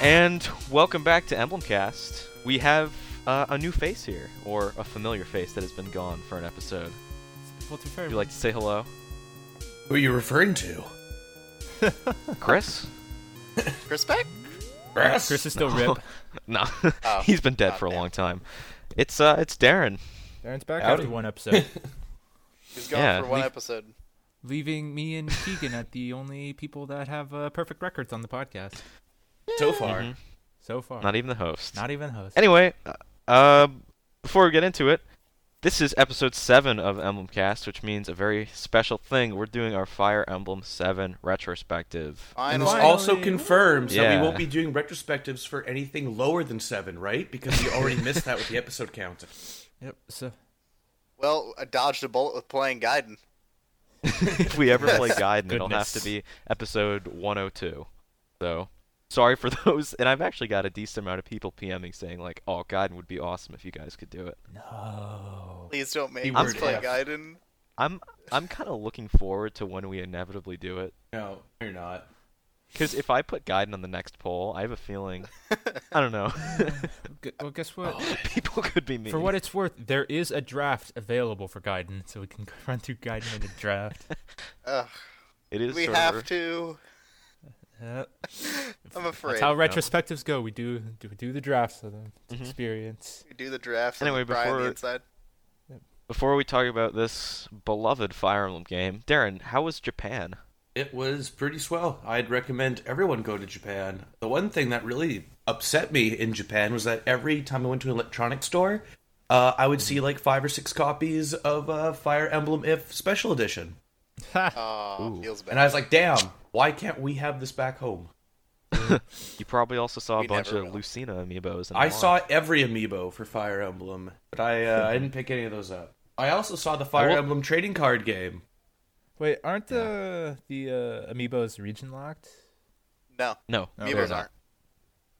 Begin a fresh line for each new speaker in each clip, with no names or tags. And welcome back to Emblemcast. We have uh, a new face here, or a familiar face that has been gone for an episode.
Well, to be fair,
Would you like to say hello,
Who are you referring to?
Chris?
Chris Beck?
Chris?
Chris is still
No.
rip.
no,
Oh,
he's been dead
God
for a
damn.
long time. It's uh, it's Darren.
Darren's back
Howdy.
after one episode,
He's gone
Yeah,
for one
we-
episode.
leaving me and Keegan at the only people that have uh, perfect records on the podcast
so far.
Mm-hmm.
Mhm.
so far.
Not even the host.
Not even host.
Anyway, uh, um, before we get into it, this is episode 7 of Emblemcast, which means a very special thing. We're doing our Fire Emblem 7 retrospective.
And
Finally.
this
Finally.
also confirms that
Yeah.
we won't be doing retrospectives for anything lower than seven, right? Because we already missed that with the episode count.
Yep. So
Well, I dodged a bullet with playing Gaiden.
if we ever play Gaiden, it'll have
Goodness.
to be episode 102. So, sorry for those. And I've actually got a decent amount of people PMing saying, like, oh, Gaiden would be awesome if you guys could do it.
no.
Please don't make
Keyword
us play
F.
Gaiden.
I'm I'm kind of looking forward to when we inevitably do it.
No, you're not.
Because if I put Gaiden on the next poll, I have a feeling. I don't know.
Gu- Well, guess what?
people could be mean.
For what it's worth, there is a draft available for Gaiden, so we can run through Gaiden in the draft.
Ugh,
it is
we
sort
have
of,
to.
Yep.
I'm afraid.
That's how retrospectives go. We do do, do the drafts of them. It's
Mhm.
experience.
We do the draft.
Anyway,
Anyway, Brian
before-
the inside.
Before we talk about this beloved Fire Emblem game, Darren, how was Japan?
It was pretty swell. I'd recommend everyone go to Japan. The one thing that really upset me in Japan was that every time I went to an electronics store, uh, I would see like five or six copies of uh, Fire Emblem If Special Edition.
Aw, feels bad.
And I was like, damn, why can't we have this back home?
You probably also saw a
We
bunch
never
of
will.
Lucina amiibos. In
I
the
saw every amiibo for Fire Emblem, but I, uh, I didn't pick any of those up. I also saw the Fire
will-
Emblem trading card game.
Wait, aren't the the uh, amiibos region locked?
no,
No,
Amiibos
they're not.
aren't.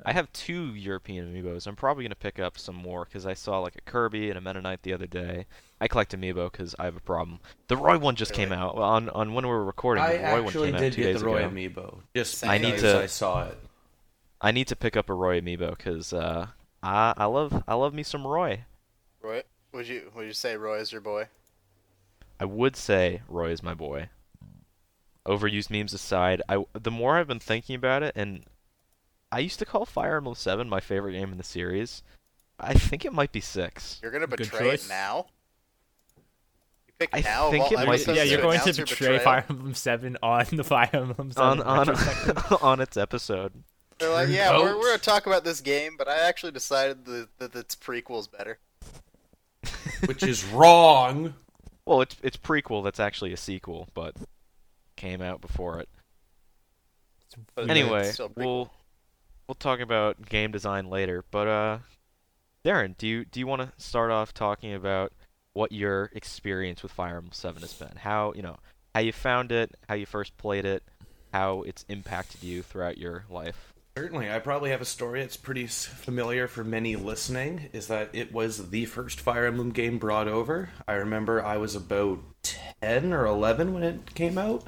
I have two European amiibos. I'm probably gonna pick up some more because I saw like a Kirby and a Mennonite the other day. I collect amiibo because I have a problem. The Roy one just came out Well, on on when we were recording.
I
the Roy one
actually
came out
did
two
get
days
the Roy
ago.
amiibo. Just
I need
because
to-
I saw it.
I need to pick up a Roy amiibo because uh, I I love I love me some Roy.
Roy, would you would you say Roy is your boy?
I would say Roy is my boy. Overused memes aside, I the more I've been thinking about it, and I used to call Fire Emblem Seven my favorite game in the series. I think it might be six.
You're gonna
Good
betray it
choice.
now. You pick
I
now. of
think
all
it might be-
episodes
yeah,
to
you're going to
announce your
betray
betrayal?
Fire Emblem Seven on the Fire Emblem
on
Seven.
on
retrospective.
on its episode.
They're like, yeah, we're,
Vote.
we're gonna talk about this game, but I actually decided that, that its prequel's better.
which is wrong.
Well, it's it's prequel that's actually a sequel, but came out before it.
But it's
Anyway,
still a prequel.
we'll we'll talk about game design later, but uh Darren, do you do you want to start off talking about what your experience with Fire Emblem 7 has been? How, you know, how you found it, how you first played it, how it's impacted you throughout your life.
Certainly, I probably have a story that's pretty s- familiar for many listening. Is that it was the first Fire Emblem game brought over. I remember I was about ten or eleven when it came out,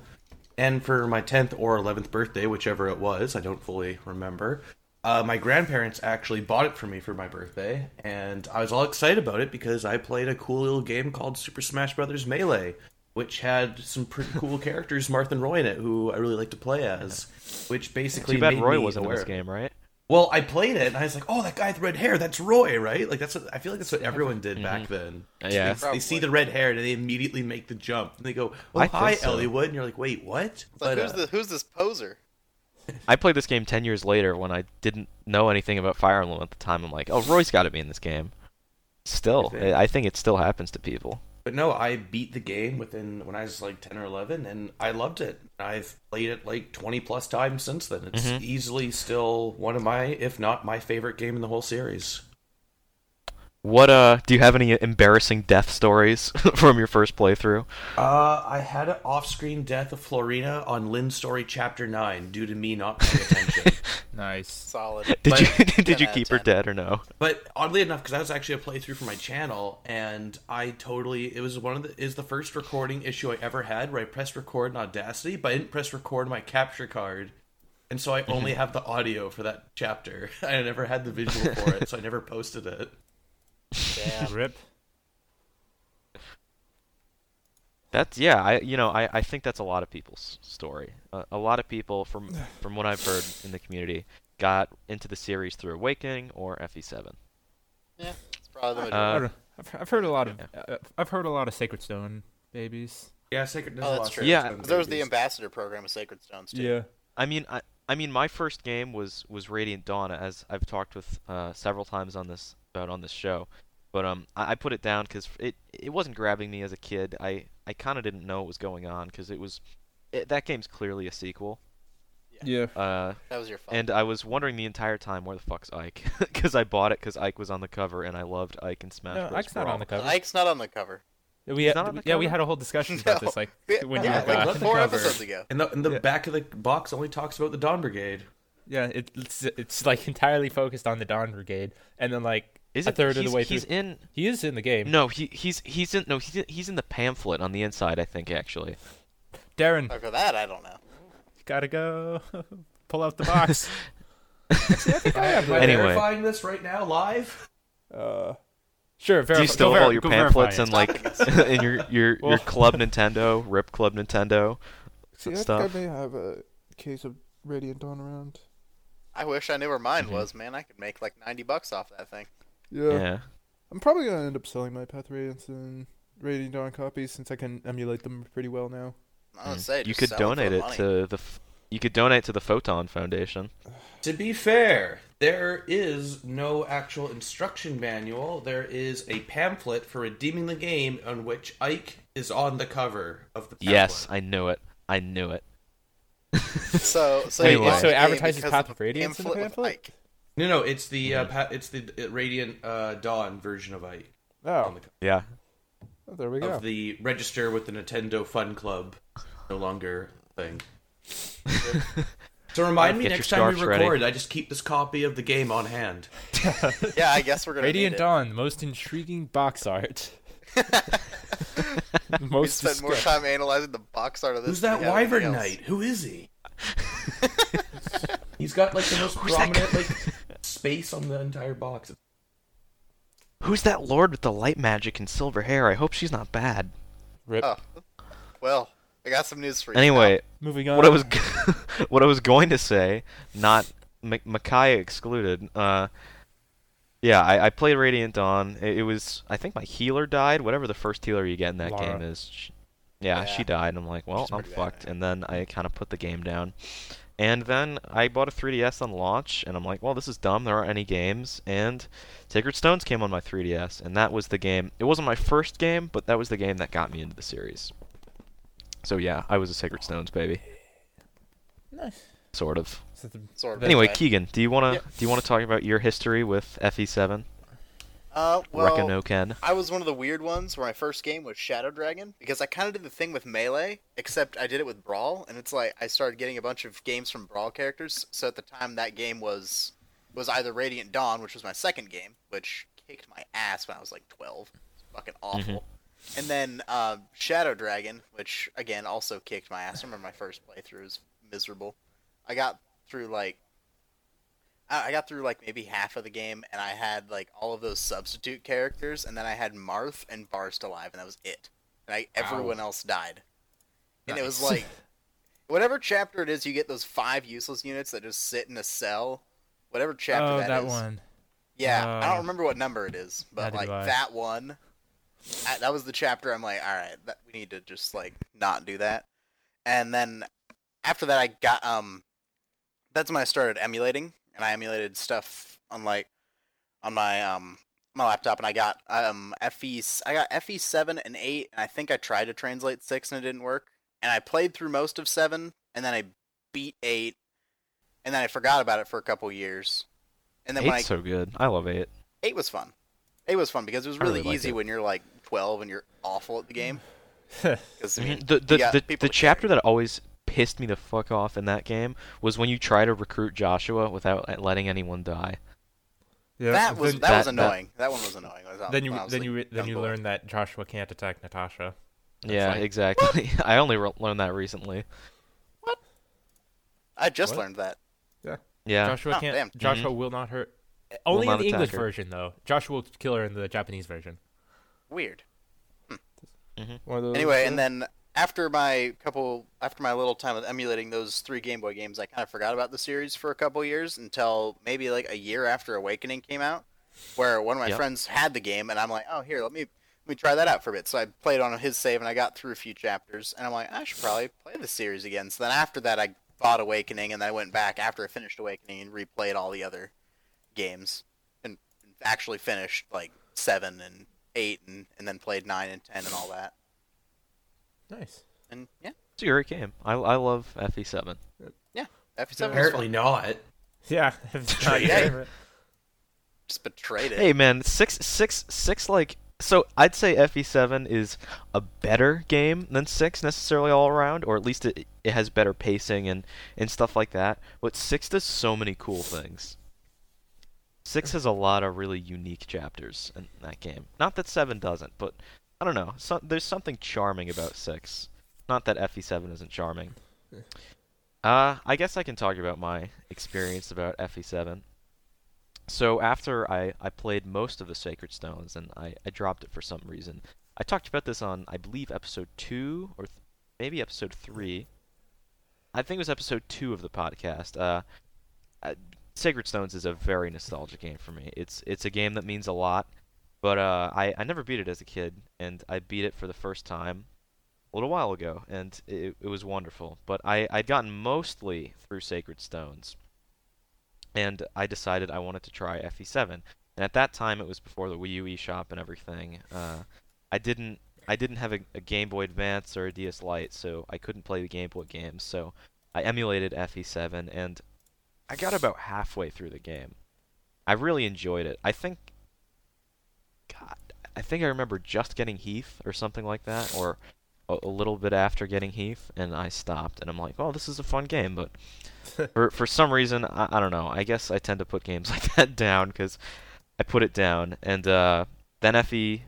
and for my tenth or eleventh birthday, whichever it was, I don't fully remember. Uh, my grandparents actually bought it for me for my birthday, and I was all excited about it because I played a cool little game called Super Smash Bros. Melee, which had some pretty cool characters, Marth and Roy in it, who I really like to play as. Which basically
Too bad
made
Roy
me
wasn't in
aware.
this game, right?
Well, I played it and I was like, "Oh, that guy with red hair—that's Roy, right?" Like that's what, I feel like that's what everyone did back then.
Mm-hmm. Uh, Yeah.
they, they see the red hair and they immediately make the jump and they go, "Oh,
I think
hi,
so.
Elliewood," and you're like, "Wait, what?"
It's like,
But,
who's,
uh,
the, who's this poser?
I played this game 10 years later when I didn't know anything about Fire Emblem at the time. I'm like, "Oh, Roy's got to be in this game." Still,
Okay.
I I think it still happens to people.
But no, I beat the game within when I was like ten or eleven, and I loved it. I've played it like twenty plus times since then. It's
Mm-hmm.
easily still one of my, if not my favorite game in the whole series.
What uh? Do you have any embarrassing death stories from your first playthrough?
Uh, I had an off-screen death of Florina on Lynn's story chapter nine due to me not paying attention.
nice.
Solid.
Did
But-
you did you
10 out of
keep her
10.
dead or no?
But oddly enough, because that was actually a playthrough for my channel, and I totally it was one of the is the first recording issue I ever had where I pressed record in Audacity, but I didn't press record on my capture card, and so I only have the audio for that chapter. I never had the visual for it, so I never posted it.
Uh,
Damn.
Rip.
That's yeah. I you know I, I think that's a lot of people's story. Uh, a lot of people from from what I've heard in the community got into the series through Awakening or E FE7.
Yeah, it's probably the majority.
Uh,
I don't, I've, I've heard a lot of uh, I've heard a lot of Sacred Stone babies.
Yeah, Sacred does
Oh,
a
that's
lot of
true.
Sacred
Yeah.
Stone
there was the
babies.
ambassador program of Sacred Stones too.
I mean, I, I mean, my first game was was Radiant Dawn, as I've talked with uh, several times on this about on this show, but um, I, I put it down because it it wasn't grabbing me as a kid. I I kind of didn't know what was going on because it was it, that game's clearly a sequel.
yeah.
Uh,
That was your fun.
and I was wondering the entire time where the fuck's Ike, because I bought it because Ike was on the cover and I loved Ike and Smash
No,
Bros.
Ike's not
Brawl.
on the cover.
Ike's not on the cover.
we
not on
had,
the
yeah, we
cover?
had a whole discussion about
No.
this like
Yeah,
when
yeah,
you were uh,
like
back.
love the
four
cover.
episodes ago.
And the, and the
Yeah.
back of the box only talks about the Dawn Brigade.
Yeah, it, it's it's like entirely focused on the Dawn Brigade, and then like
Is
a
it?
third of the
he's-
way
he's
through,
in.
he is in the game.
No, he he's he's in no he's he's in the pamphlet on the inside. I think actually.
Darren,
After that, I don't know.
gotta go. Pull out the box. Actually, I think I have
Am I
it.
Anyway.
verifying this right now live?
Uh, sure. Verif-
Do you still have all your pamphlets and like in your your,
Well-
your club Nintendo, Rip Club Nintendo?
See, I
stuff.
think I may have a case of Radiant Dawn around.
I wish I knew where mine
Mm-hmm.
was, man. I could make like ninety bucks off that thing.
Yeah.
Yeah.
I'm probably gonna end up selling my Path of Radiance and Radiant Dawn copies since I can emulate them pretty well now.
I would say
Mm. You
just
could
sell for
donate
the
it
money.
to the f- you could donate to the Photon Foundation.
To be fair, there is no actual instruction manual. There is a pamphlet for redeeming the game on which Ike is on the cover of the pamphlet.
Yes, I knew it. I knew it.
So, so
Wait,
you
wait,
bought
so
it
the game
advertises
because
Path
of
of Radiance in the
pamphlet with
pamphlet?
Ike.
No, no, it's the
Mm-hmm.
uh, pa- it's the uh, Radiant uh, Dawn version of Ike on
Oh,
the cover
Yeah.
oh, there we go.
of the register with the Nintendo Fun Club, no longer thing. so remind me
Get your
next time we
scarves ready.
record, I just keep this copy of the game on hand.
Yeah, I guess we're gonna
Radiant
need
Dawn, most intriguing box art.
It. We
most
spent more
disgust-
time analyzing the box art of this.
Who's that
than we have
Wyvern
anything else.
Knight? Who is he? He's got like the most prominent like space on the entire box.
Who's that lord with the light magic and silver hair? I hope she's not bad.
Rip.
Oh, well, I got some news for you.
Anyway,
Moving on.
what I was g- what I was going to say, not M- Micaiah excluded. Uh, yeah, I, I played Radiant Dawn. It, it was I think my healer died. Whatever the first healer you get in that
Lara.
game is, sh yeah,
Yeah.
she died. and I'm like, well,
She's
I'm
pretty bad,
fucked. And then I kind of put the game down. And then I bought a 3DS on launch, and I'm like, well, this is dumb. There aren't any games. And Sacred Stones came on my 3DS, and that was the game. It wasn't my first game, but that was the game that got me into the series. So yeah, I was a Sacred Stones baby,
Nice.
sort of.
So the-
Sort of.
Anyway,
Right.
Keegan, do you wanna
Yeah.
do you wanna talk about your history with E FE7?
uh, well,
Rekanoken.
I was one of the weird ones where my first game was Shadow Dragon because I kind of did the thing with Melee, except I did it with Brawl, and it's like I started getting a bunch of games from Brawl characters. So at the time, that game was was either Radiant Dawn, which was my second game, which kicked my ass when I was like twelve. It's fucking awful. And then uh, Shadow Dragon, which again also kicked my ass. I remember my first playthrough was miserable. I got through like I I got through like maybe half of the game, and I had like all of those substitute characters, and then I had Marth and Barst alive, and that was it. And I, everyone else died, and it was
Nice.
like whatever chapter it is, you get those five useless units that just sit in a cell. Whatever chapter
oh,
that
that
is.
one.
Yeah, I
Uh,
don't remember what number it is, but
neither
like
do I.
that one, I, that was the chapter. I'm like, all right, that, we need to just like not do that. And then after that, I got um, that's when I started emulating, and I emulated stuff on like on my um my laptop, and I got um fe I got fe seven and eight, and I think I tried to translate six, and it didn't work. And I played through most of seven, and then I beat eight, and then I forgot about it for a couple years. And then when I
Eight's so good. I love eight.
eight was fun. Eight was fun because it was
I
really,
really liked
easy
it.
when you're like twelve and you're awful at the game. 'Cause, I mean,
Mhm. the the,
you got
the,
people
the
to
chapter
carry.
that always pissed me the fuck off in that game was when you try to recruit Joshua without uh, letting anyone die.
Yeah,
that was
then,
that,
that-
was
that-
annoying. That, one was annoying. I was out-
then you
I was,
then
like,
you then
young
you
boy.
learn that Joshua can't attack Natasha.
yeah,
like,
exactly. I only re- learned that recently.
I just
What?
learned that.
Yeah. Mm-hmm.
Joshua
Oh,
can't.
damn.
Joshua will not hurt. Only
not
in the
attack
English
her.
version, though. Joshua will kill her in the Japanese version.
Weird.
One of those
Anyway, and then after my couple, after my little time of emulating those three Game Boy games, I kind of forgot about the series for a couple years until maybe like a year after Awakening came out, where one of my
Yep.
friends had the game, and I'm like, oh, here, let me let me try that out for a bit. So I played on his save, and I got through a few chapters, and I'm like, I should probably play the series again. So then after that, I bought Awakening, and then I went back after I finished Awakening and replayed all the other games, and actually finished like seven and eight, and, and then played nine and ten and all that.
Nice.
And yeah,
It's a great game. I, I love E FE7.
FE7 was fun.
Apparently not.
Yeah. If not your
Yeah.
favorite.
just betrayed it.
Hey man, six six six like so I'd say FE7 is a better game than 6 necessarily all around or at least it, it has better pacing and and stuff like that, but 6 does so many cool things. 6 has a lot of really unique chapters in that game. Not that 7 doesn't, but I don't know. So, there's something charming about 6. Not that FE7 isn't charming. Uh, I guess I can talk about my experience about E FE7 so after I, I played most of the Sacred Stones and I, I dropped it for some reason. I talked about this on I believe episode two or th- maybe episode three. I think it was episode two of the podcast. Uh, uh, Sacred Stones is a very nostalgic game for me. It's it's a game that means a lot, but uh, I I never beat it as a kid, and I beat it for the first time a little while ago, and it it was wonderful. But I I'd gotten mostly through Sacred Stones, and I decided I wanted to try FE7. And at that time, it was before the Wii U eShop and everything. Uh, I didn't I didn't have a, a Game Boy Advance or a DS Lite, so I couldn't play the Game Boy games. So I emulated FE7, and I got about halfway through the game. I really enjoyed it. I think, God, I think I remember just getting Heath or something like that, or a, a little bit after getting Heath, and I stopped. And I'm like, oh, this is a fun game, but for for some reason I, I don't know i guess i tend to put games like that down because i put it down and uh then fe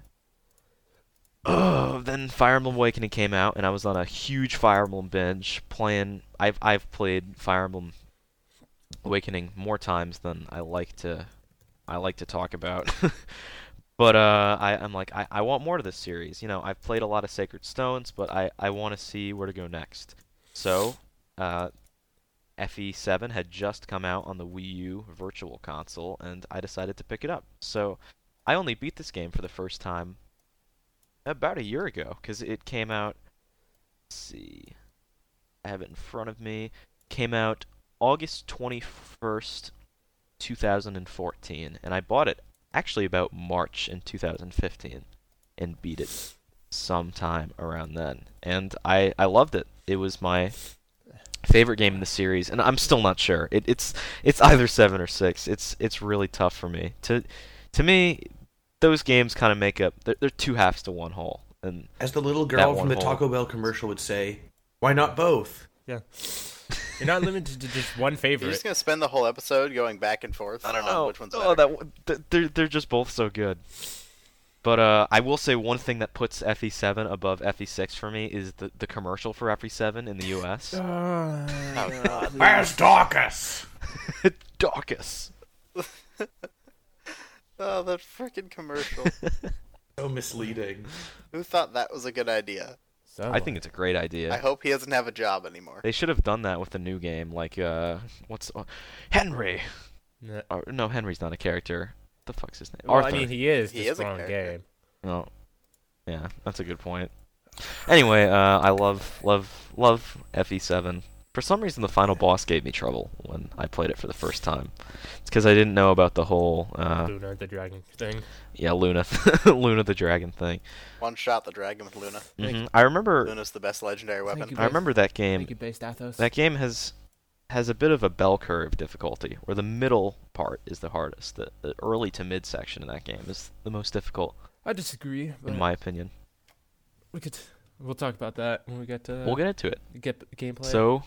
oh then fire emblem awakening came out and i was on a huge fire emblem binge playing i've i've played fire emblem awakening more times than i like to i like to talk about but uh I, i'm like I, I want more to this series you know i've played a lot of sacred stones but i i want to see where to go next so uh FE7 E had just come out on the Wii U Virtual Console, and I decided to pick it up. So I only beat this game for the first time about a year ago, because it came out. Let's see. I have it in front of me. Came out August 21st, 2014, and I bought it actually about March in 2015 and beat it sometime around then. And I, I loved it. It was my favorite game in the series, and I'm still not sure. It, it's it's either seven or six. It's it's really tough for me to to me those games kind of make up. They're, they're two halves to one whole, and
As the little
That
girl
one
from the
hole.
Taco Bell commercial would say, why not both?
Yeah. You're not limited to just one
You're
favorite.
just gonna spend the whole episode going back and forth. I don't know which one's
oh,
better.
that one- th- they're they're just both so good. But uh, I will say one thing that puts FE7 above FE6 for me is the, the commercial for FE7 in the U.S.
Uh,
Oh, God.
Where's Dorcas?
Dawkus.
Oh, that freaking commercial.
So misleading.
Who thought that was a good idea?
I think it's a great idea.
I hope he doesn't have a job anymore.
They should have done that with the new game, like uh, what's uh, Henry?
No,
Or, no, Henry's not a character. The fuck's his name?
well, I
Arthur.
mean, he is.
He
just
is a
wrong
character.
game.
No. Yeah, that's a good point. Anyway, uh, I love love love FE7. For some reason, the final boss gave me trouble when I played it for the first time. It's because I didn't know about the whole uh,
Luna the dragon thing.
yeah Luna Luna the dragon thing.
One shot the dragon with Luna.
Thank
Mhm. I remember
Luna's the best legendary
Thank
weapon.
you.
I remember that game.
Thank you, based Athos.
That game has has a bit of a bell curve difficulty, where the middle part is the hardest. The, the early to mid section of that game is the most difficult,
I disagree, but
in my opinion.
we could we'll talk about that when we get to
We'll get into it.
get the gameplay.
So,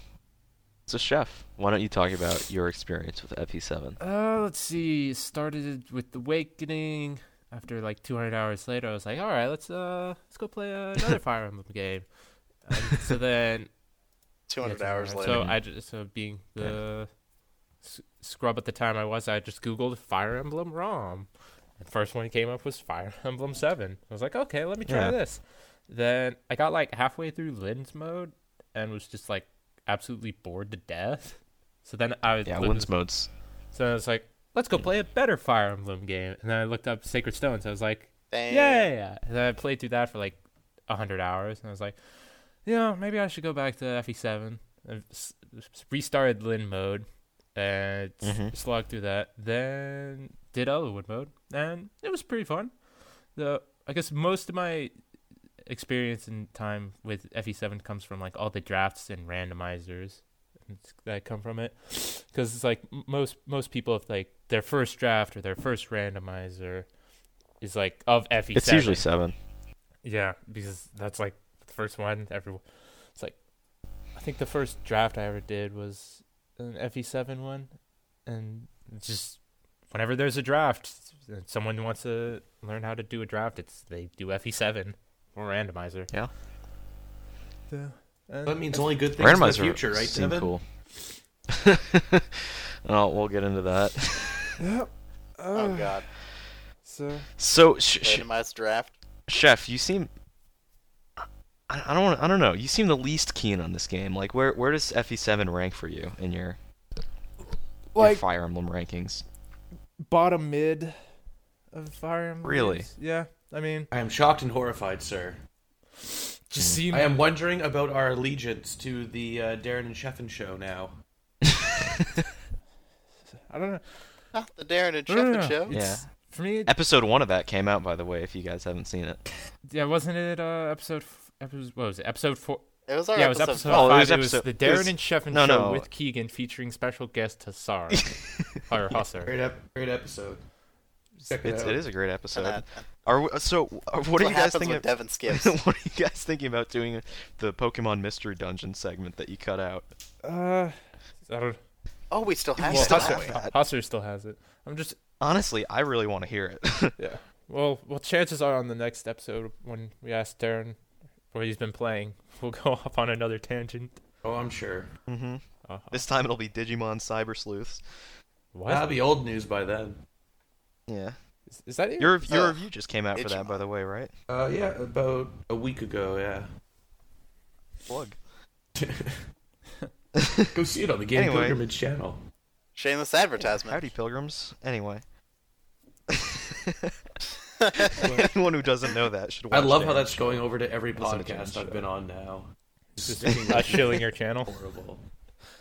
so Chef, why don't you talk about your experience with FE7?
Uh, let's see. Started with the awakening. After like 200 hours later, I was like, "All right, let's uh, let's go play another Fire Emblem game." Um, so then,
Yeah,
200
it's
hours
alright.
later.
So I just so being the s- scrub at the time I was, I just googled Fire Emblem ROM. The first one that came up was Fire Emblem Seven. I was like, okay, let me try
Yeah.
this.
this. Then I got like halfway through Lens mode and was just like absolutely bored to death. So then I was
Yeah,
looked-
Lens modes.
so I was like, let's go play a better Fire Emblem game. And then I looked up Sacred Stones. I was like,
Damn.
yeah, yeah, yeah. And then I played through that for like hundred hours, and I was like, you know, maybe I should go back to FE7. I s- s- restarted Lin mode and s-
Mhm.
slogged through that. Then did Elwood mode, and it was pretty fun. The I guess most of my experience and time with FE7 comes from like all the drafts and randomizers that come from it, because it's like m- most most people if like their first draft or their first randomizer is like of FE7.
It's usually seven.
Yeah, because that's like the first one. Everyone, it's like, I think the first draft I ever did was an FE7 one, and it's just whenever there's a draft, and someone wants to learn how to do a draft, it's they do FE7 or randomizer.
Yeah.
So, and
That means only good things in the
Randomizer
future, right,
seem
Devin?
cool. oh, we'll get into that.
Yep.
Oh
Uh,
god.
So
So, sh- sh-
Randomized draft.
Chef, you seem. I I don't. Wanna, I don't know. You seem the least keen on this game. Like, where where does FE7 rank for you in your, your
like
Fire Emblem rankings?
bottom mid of Fire Emblem.
Really?
games. Yeah. I mean,
I am shocked and horrified, sir.
Just
Mm.
seem
I am wondering about our allegiance to the uh, Darren and Sheffin show now.
I don't know.
Ah, the Darren and Jeffin
yeah.
show.
Yeah.
for me, it-
Episode one of that came out, by the way. If you guys haven't seen it.
yeah, wasn't it uh episode f- episode what was it episode four?
It was our
yeah, it was
episode.
episode
Oh, it
five.
was
It was,
episode-
the
it
Darren
was-
and Sheffin
no,
show
no.
with Keegan featuring special guest Hussar or Hussar.
Great, ep- great episode. Check it
It's,
out.
it is a great episode.
that.
Are we, so? Are, what are
what
you guys
happens
thinking?
when Devin skips?
what are you guys thinking about doing the Pokemon Mystery Dungeon segment that you cut out?
Uh,
I don't.
oh, we still have
Well,
stuff.
Hustle-
don't we?
that.
Husser still has it. I'm just
Honestly, I really want to hear it.
yeah. Well, well, chances are on the next episode when we ask Darren what he's been playing, we'll go off on another tangent.
Oh, I'm sure.
hmm
Uh,
This time it'll be Digimon Cyber Sleuths.
what
That'll be old news by then.
Yeah.
is, is that? It?
Your your
Uh,
review just came out for that, by
Digimon.
the way, right?
Uh, yeah, about a week ago, yeah.
Plug.
Go see it on the Game
Anyway.
Pilgrimage channel.
Shameless advertisement.
Howdy, pilgrims. Anyway. Anyone who doesn't know that should
I
watch
love how
Darren's
that's
show.
going over to every
Listen to
podcast
Darren's
I've
show.
been on now.
Just uh, shilling your channel.
Horrible.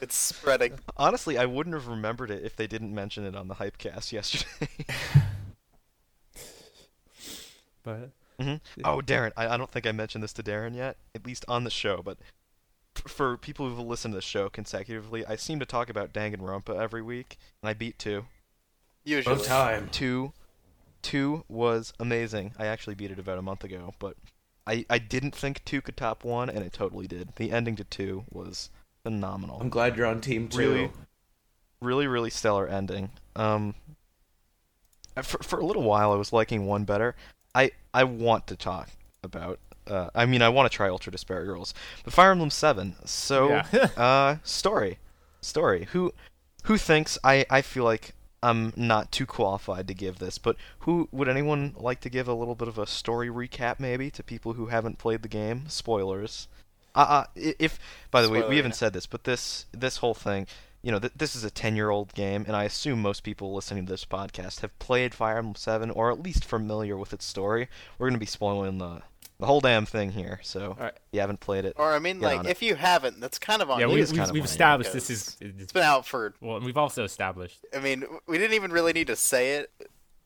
It's spreading.
Honestly, I wouldn't have remembered it if they didn't mention it on the Hypecast yesterday.
But
Mhm.
Mm-hmm.
Oh, Darren, I, I don't think I mentioned this to Darren yet, at least on the show, but f- for people who've listened to the show consecutively, I seem to talk about Danganronpa every week, and I beat two.
Usually.
No time.
Two, two was amazing. I actually beat it about a month ago, but I, I didn't think two could top one, and it totally did. The ending to two was phenomenal.
I'm glad you're on team two.
Really? really really stellar ending. Um, I- for for a little while I was liking one better. I I want to talk about. Uh, I mean I want to try Ultra Despair Girls, but Fire Emblem Seven. So
Yeah.
uh, story, story. Who who thinks I I feel like I'm not too qualified to give this, but who would anyone like to give a little bit of a story recap maybe to people who haven't played the game? Spoilers. Uh, uh i- if by the way
Spoiler,
we haven't
yeah.
said this, but this this whole thing, you know, th- this is a 10-year-old game and I assume most people listening to this podcast have played Fire Emblem 7 or at least familiar with its story. We're going to be spoiling the the whole damn thing here. So
right.
if you haven't played it.
Or I mean,
Get on
like,
it.
if you haven't, that's kind of on
yeah,
you.
we,
is
we've,
kinda
we've
funny,
established this
because
is it's,
It's been out for.
well, and we've also established
I mean, we didn't even really need to say it,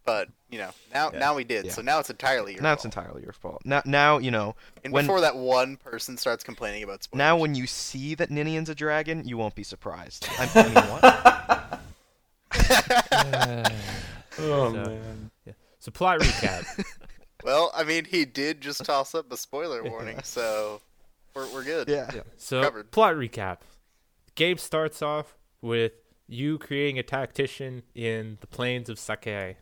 but you know, now now we did.
Yeah.
So now it's entirely your
now it's
fault.
entirely your fault. Now now, you know,
and
when
before that one person starts complaining about spoilers,
Now, when you see that Ninian's a dragon, you won't be surprised. I, I mean, what?
Oh,
So-
man.
supply recap.
well, I mean, he did just toss up a spoiler warning, so we're we're good.
Yeah.
So
Covered.
plot recap. Game starts off with you creating a tactician in the plains of Sakae,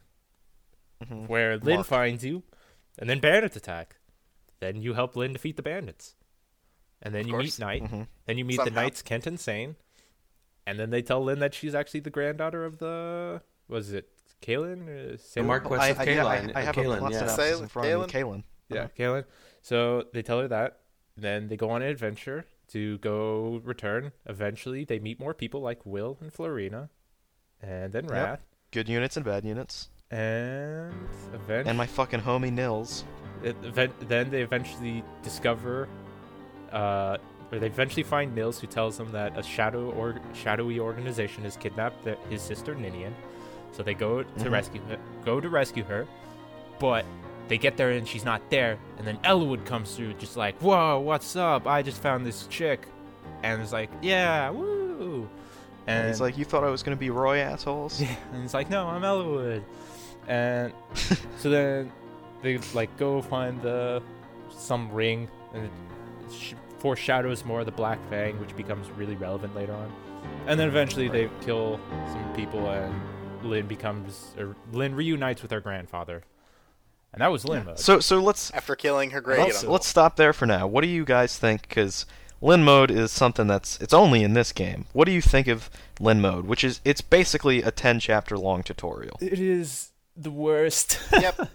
Mm-hmm.
where Lin
Mark.
finds you, and then bandits attack. Then you help Lin defeat the bandits. and then
Of
you
course. Mm-hmm.
meet Knight, then you meet the
Somehow.
Knights Kent and Sane, and then they tell Lynn that she's actually the granddaughter of the was it Kalen? Uh,
The
Salen?
Marquess
I,
of
I, yeah, I,
Kaelin.
I
uh,
have a
Kaelin,
plot
yeah.
synopsis in
Kaelin-
front of me. Kaelin.
Yeah, Kalen. So they tell her that. Then they go on an adventure to go return. Eventually, they meet more people like Will and Florina, and then
Yep.
Wrath,
Good units and bad units.
and event.
And my fucking homie Nils.
it- event- then they eventually discover, uh, or they eventually find Nils, who tells them that a shadow or shadowy organization has kidnapped their, his sister Ninian. So they go to
Mhm.
rescue her, go to rescue her, but they get there and she's not there. And then Elwood comes through, just like, "Whoa, what's up? I just found this chick," and it's like, "Yeah, woo!"
And he's like, you thought I was gonna be Roy assholes?
yeah, and it's like, no, I'm Elwood. And so then they like go find the some ring, and it sh- foreshadows more of the Black Fang, which becomes really relevant later on. And then eventually they kill some people, and Lynn becomes or Lynn reunites with her grandfather, and that was Lynn. mode.
So so let's
After killing her great
let's, let's stop there for now. What do you guys think? Because Lin mode is something that's it's only in this game. What do you think of Lin mode? Which is it's basically a ten chapter long tutorial.
it is the worst.
Yep.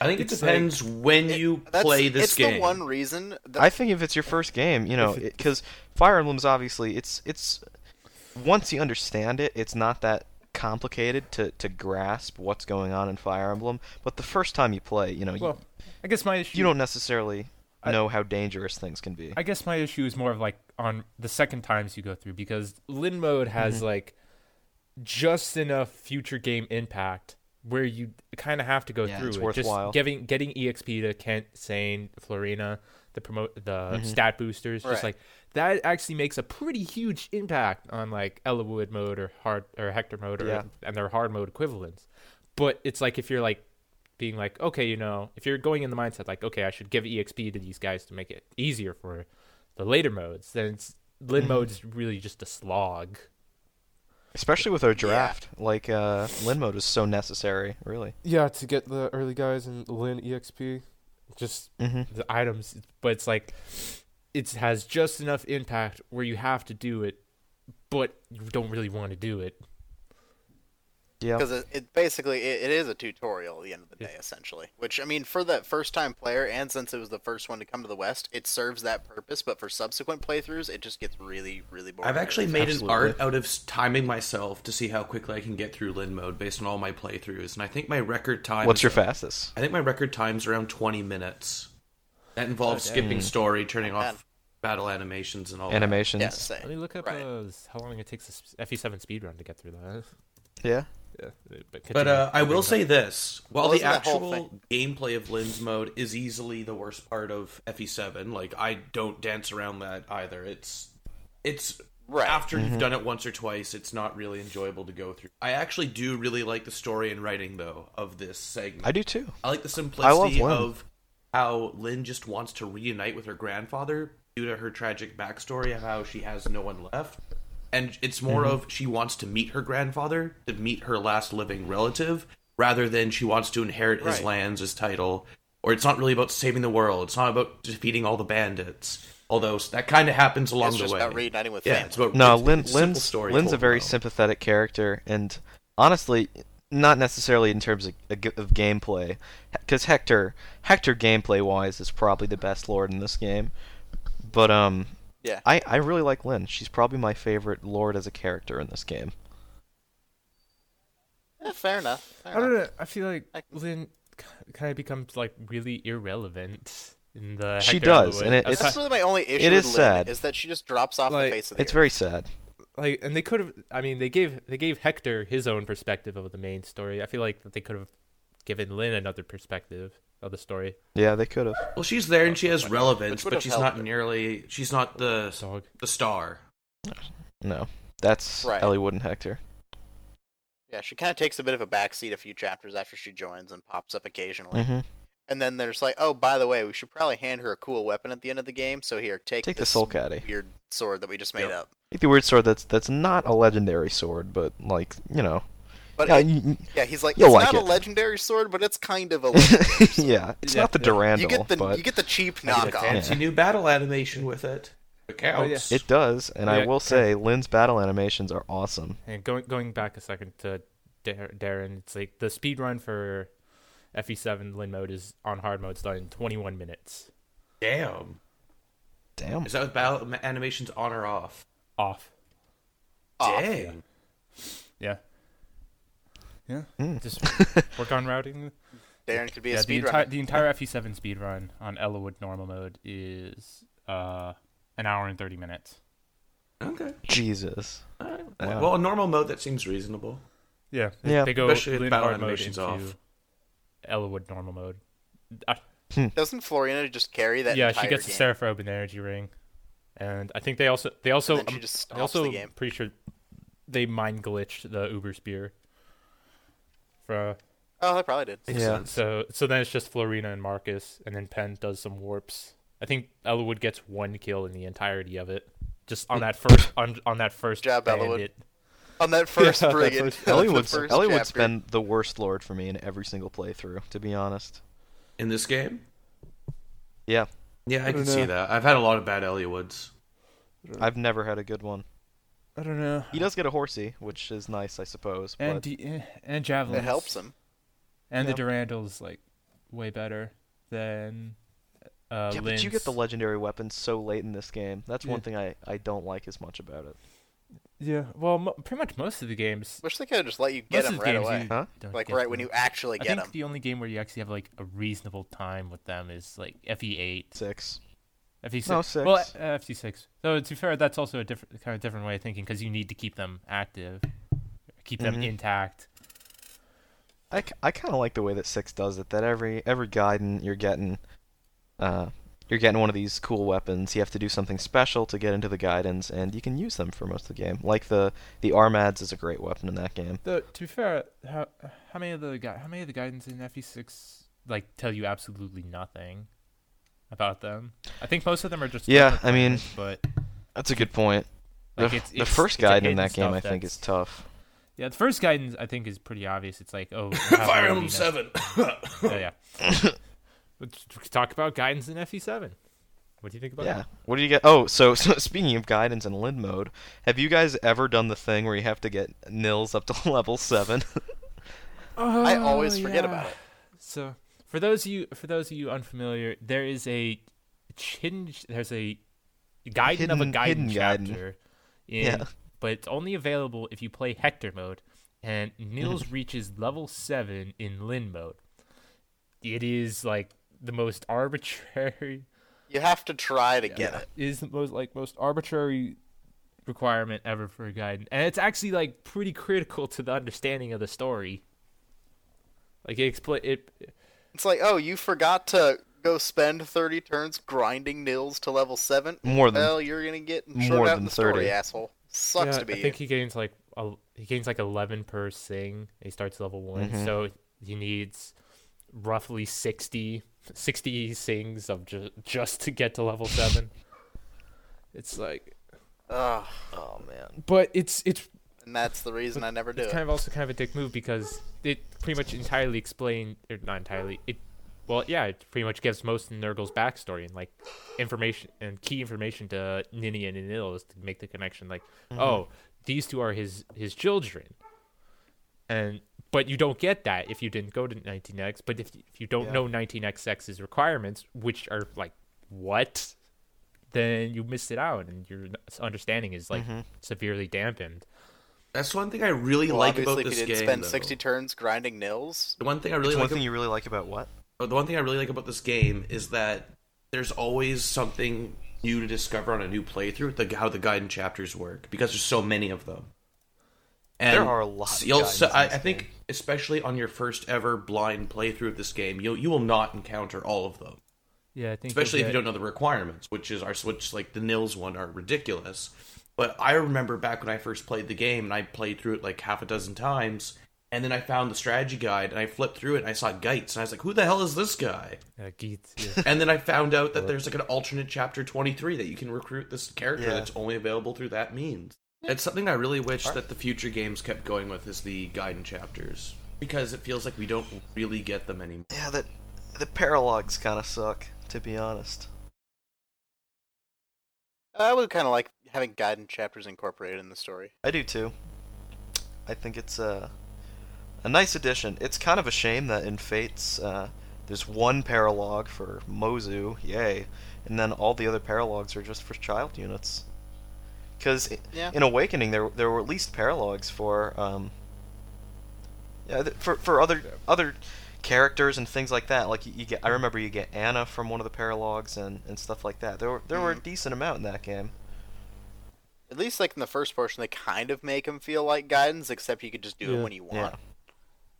I think it
It's
depends when you
That's,
play this
it's
game.
the one reason that
I think if it's your first game, you know, because Fire Emblem's obviously it's it's once you understand it, it's not that complicated to to grasp what's going on in Fire Emblem. But the first time you play, you know,
well, I guess my issue.
you, you don't necessarily
I-
know how dangerous things can be.
I guess my issue is more of like on the second times you go through because Lin mode has
Mm-hmm.
like just enough future game impact where you kind of have to go
Yeah,
through
it's
it.
worthwhile.
Just giving getting EXP to Kent, Sane, Florina, the promote the
Mm-hmm.
stat boosters, just
Right.
like that actually makes a pretty huge impact on like Ellawood mode or hard or Hector mode or,
Yeah.
and their hard mode equivalents. But it's like if you're like being like, okay, you know, if you're going in the mindset like, okay, I should give EXP to these guys to make it easier for the later modes, then it's Lin mode's really just a slog.
Especially with our draft, like uh, Lin mode is so necessary, really.
Yeah, to get the early guys and Lin E EXP.
Just
Mm-hmm.
the items, but it's like it has just enough impact where you have to do it, but you don't really want to do it.
Yeah.
because it, it basically it, it is a tutorial at the end of the
Yeah.
day essentially which i mean for that first time player and since it was the first one to come to the west it serves that purpose but for subsequent playthroughs it just gets really really boring
I've actually made
Absolutely.
an art out of s- timing myself to see how quickly I can get through Lin mode based on all my playthroughs, and I think my record time.
What's
is-
your fastest?
I think my record time's around 20 minutes. That involves skipping story, turning
Not bad.
off battle animations, and all. that.
Animations.
yeah say
Let me look up
Right.
uh, how long it takes a FE7 speedrun to get through that.
Yeah.
Yeah,
But uh, I will say this: while
Well,
the
isn't that whole
actual gameplay of Lin's mode is easily the worst part of FE7, like I don't dance around that either. It's it's
Right.
after you've done it once or twice, it's not really enjoyable to go through. I actually do really like the story and writing though of this segment.
I do too.
I like the simplicity
Lin.
of how Lynn just wants to reunite with her grandfather due to her tragic backstory of how she has no one left. And it's more
Mm-hmm.
of she wants to meet her grandfather, to meet her last living relative, rather than she wants to inherit his
Right.
lands, his title. Or it's not really about saving the world. It's not about defeating all the bandits. Although that kind of happens along
it's
the
just
way.
about reuniting with
yeah,
family
it's about
No,
it's-
Lin,
it's a simple
Lin's,
story
Lin's a
told
very
well.
sympathetic character, and honestly, not necessarily in terms of, of gameplay, because Hector, Hector gameplay wise is probably the best lord in this game. But um,
Yeah.
I I really like Lin. She's probably my favorite lord as a character in this game.
Yeah, fair enough fair
I don't
enough.
know. I feel like
I-
Lynn kind of becomes like really irrelevant in the.
She
Hector
does,
Elwood.
and it-
That's
it's-
that's really my only issue
is
with Lynn,
sad.
is that she just drops off
Like,
the face of the
It's
earth.
very sad.
like and they could have i mean they gave they gave hector his own perspective of the main story i feel like that they could have given lynn another perspective of the story
Yeah, they could have.
Well, she's there and she has relevance,
Which would
but
have
she's
helped
not
her.
nearly. She's not the
dog
the star.
No, that's
Right.
Ellie Wood and Hector.
yeah she kind of takes a bit of a backseat a few chapters after she joins and pops up occasionally
hmm
and then there's like oh by the way we should probably hand her a cool weapon at the end of the game so here take,
Take the
this
soul caddy.
weird sword that we just made
Yep.
up
Take the weird sword that's that's not a legendary sword, but like you know,
But
Yeah,
it-
you- you-
yeah, he's like, it's
you'll like
not a
it."
legendary sword, but it's kind of a. legendary sword."
yeah, it's
Yeah,
not the
yeah.
Durandal,
you get the
but
you get the cheap
I did a
knockoff.
fancy new battle animation with it. It
Oh,
counts.
it does. And
Yeah,
I will say, Lynn's battle animations are awesome.
And going going back a second to Dar- Darren, it's like the speed run for FE7 Lin mode is on hard mode. It's done in 21 minutes.
Damn.
Damn.
Is that with battle ma- animations on or off?
Off.
Ah,
Dang.
Yeah. Yeah.
Just work on routing.
Darren could be a
Yeah, the
speedrunner.
entire the entire FE7 speed run on Ellawood normal mode is uh an hour and 30 minutes.
Okay.
Jesus.
All right.
Wow.
Well, in normal mode, that seems reasonable.
Yeah.
Yeah.
They go
Especially if
Lin
battle
hard mode
animation's
into
off.
Ellawood normal mode. I-
Doesn't Floriana just carry that?
yeah,
entire
she gets
game?
the Seraphobe and energy ring, and I think they also they also
then she
I'm-
just stops
they also
the game.
pretty sure they mind glitched the Uber Spear. For
Oh, I probably did.
yeah.
so so then it's just Florina and Marcus, and then Penn does some warps. I think Elwood gets one kill in the entirety of it, just
Mm.
on that first on on that first
Job, Elwood.
bandit.
On that first
Yeah, that
brigand,
first-
the
Elliott's,
first
Elliott's
chapter.
been the worst lord for me in every single playthrough, to be honest.
In this game?
Yeah,
Yeah, I,
I
can
don't
see
know.
that. I've had a lot of bad Ellywoods.
I've never had a good one.
I don't know.
He does get a horsey, which is nice, I suppose.
and
but
D- eh, and javelin.
It helps him.
And
Yep.
the Durandal's like way better than uh,
yeah, but you get the
Lin's.
legendary weapon so late in this game. That's one
Yeah.
thing I, I don't like as much about it.
Yeah, well, mo- pretty much most of the games.
Wish they could have just let you
most
get
of
him
the
right
games
away.
you
Huh?
don't
Like
get
right when
them.
you actually
I
get
think
him.
the only game where you actually have like a reasonable time with them is like E FE8,
Six.
FE6.
Oh,
No,
Well,
six.
uh, FE6. So to be fair, that's also a different kind of different way of thinking because you need to keep them active, keep them
Mm-hmm.
Mhm.
intact.
I, k- I kind of like the way that six does it. That every every guidance you're getting, uh, you're getting one of these cool weapons. You have to do something special to get into the guidance, and you can use them for most of the game. Like the the Armads is a great weapon in that game.
Though to be fair, how how many of the gui- how many of the guidance in FE6 like tell you absolutely nothing about them? I think most of them are just
Yeah, I mean-
cover plans, but
That's a good point. The,
Like,
f-
it's-
the
it's-
first
it's a
guide in
hidden
that game,
stuff
I think,
that's-
is tough.
Yeah, the first guidance I think is pretty obvious. It's like, oh,
Fire
Fire
Emblem 7.
Oh, yeah. Let's talk about guidance in FE7. What do you think about
Yeah.
that?
What do you get? Oh, so, so speaking of guidance and Lin mode, have you guys ever done the thing where you have to get nils up to level seven?
Oh,
I always forget about it.
So, for those of you for those of you unfamiliar, there is a chinge there's a guidance of a
Hidden- hidden
guidance
Gaiden.
chapter in,
Yeah.
but it's only available if you play Hector mode and Nils reaches level 7 in Lin mode. It is like the most arbitrary
You have to try to get it.
is the most like most arbitrary requirement ever for a guide, and it's actually like pretty critical to the understanding of the story. Like it expl- it
It's like, oh, you forgot to go spend 30 turns grinding nils to level 7?
More than-
Well, you're going to get
more
short out
than
in the story,
30.
asshole. Sucks
Yeah,
to be
I
you.
think he gains like el- he gains like eleven per sing. He starts level one, so he needs roughly 60, 60 sings of ju- just to get to level seven. it's like,
Ugh. Oh, man.
but it's it's
And that's the reason I never do
it's
it.
kind of also kind of a dick move because it pretty much entirely explain or not entirely it well yeah it pretty much gives most of Nurgle's backstory and like information and key information to Ninian and Nils to make the connection like oh these two are his his children and but you don't get that if you didn't go to 19x but if if you don't
Yeah.
know 19xx's requirements which are like what then you missed it out and your understanding is like severely dampened
That's one thing I really
Well,
like about
obviously, if
this
you didn't
game.
spend
though.
60 turns grinding nils,
The one thing I really
one
like
thing you really like about what?
But the one thing I really like about this game is that there's always something new to discover on a new playthrough. The how the guide and chapters work because there's so many of them. And
There are a lot of
You'll,
guidance
so,
in
I, I
this
think, especially on your first ever blind playthrough of this game, you you will not encounter all of them,
yeah i think
especially if you don't know the requirements, which is our which like the Nils one are ridiculous. But I remember back when I first played the game and I played through it like half a dozen times. And then I found the strategy guide and I flipped through it and I saw Geitz and I was like, who the hell is this guy?
Uh, Geats, yeah.
And then I found out that there's like an alternate chapter 23 that you can recruit this character
Yeah.
that's only available through that means. It's something I really wish that the future games kept going with is the Gaiden chapters because it feels like we don't really get them anymore.
Yeah, that the paralogs kind of suck, to be honest.
I would kind of like having guidance chapters incorporated in the story.
I do too. I think it's a a nice addition. It's kind of a shame that in Fates uh, there's one paralog for Mozu, yay, and then all the other paralogs are just for child units. Because
Yeah.
in Awakening there there were at least paralogs for um, yeah th- for for other other characters and things like that. Like you, you get I remember you get Anna from one of the paralogs and, and stuff like that. There were there were a decent amount in that game.
At least like in the first portion, they kind of make him feel like guidance, except you could just do
Yeah.
it when you want.
Yeah.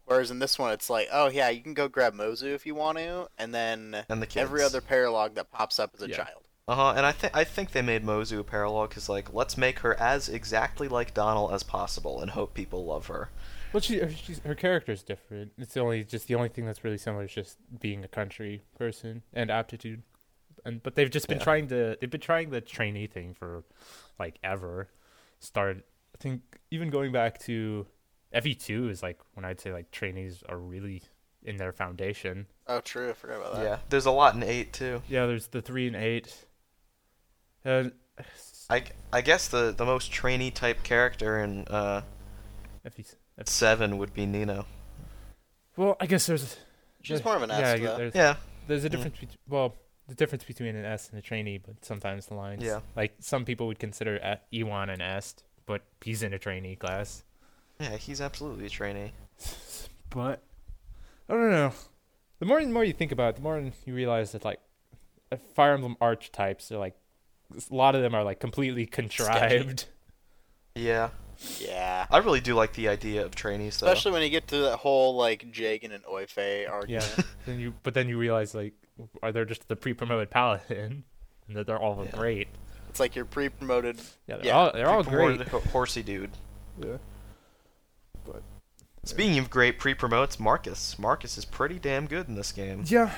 Whereas in this one, it's like, oh yeah, you can go grab Mozu if you want to, and then
And the
every
kids.
other paralog that pops up is a
Yeah.
child.
Uh huh. And I think I think they made Mozu a paralog because like let's make her as exactly like Donald as possible and hope people love her.
Well, she her, she's, her character's different. It's the only just the only thing that's really similar is just being a country person and aptitude, and but they've just been
Yeah.
trying to they've been trying the trainee thing for like ever. Started I think even going back to FE two is like when I'd say like trainees are really in their foundation.
Oh, true. I forgot about that.
yeah. There's a lot in eight too.
Yeah, there's the three and eight. Uh,
I, I guess the the most trainee type character in uh
FE
seven would be Nino.
E well, I guess there's
She's more of an
yeah,
S
I guess
though.
there's-
Yeah.
There's a
Mm.
difference between well, the difference between an S and a trainee, but sometimes the lines.
Yeah.
Like some people would consider a- Ewan an S, but he's in a trainee class.
Yeah. He's absolutely a trainee.
But I don't know. The more and more you think about it, the more you realize that like uh, Fire Emblem archetypes are like a lot of them are like completely contrived.
Yeah.
Yeah.
I really do like the idea of trainees though.
Especially when you get to that whole like Jagan and Oife argument.
Yeah. then you but then you realize like are they just the pre-promoted paladin and that they're all
Yeah.
great.
It's like you're pre-promoted.
Yeah, they're
Yeah.
all they're all
Pre-promoted
great.
ho- horsey dude.
Yeah.
Speaking of great, pre-promotes Marcus. Marcus is pretty damn good in this game.
Yeah.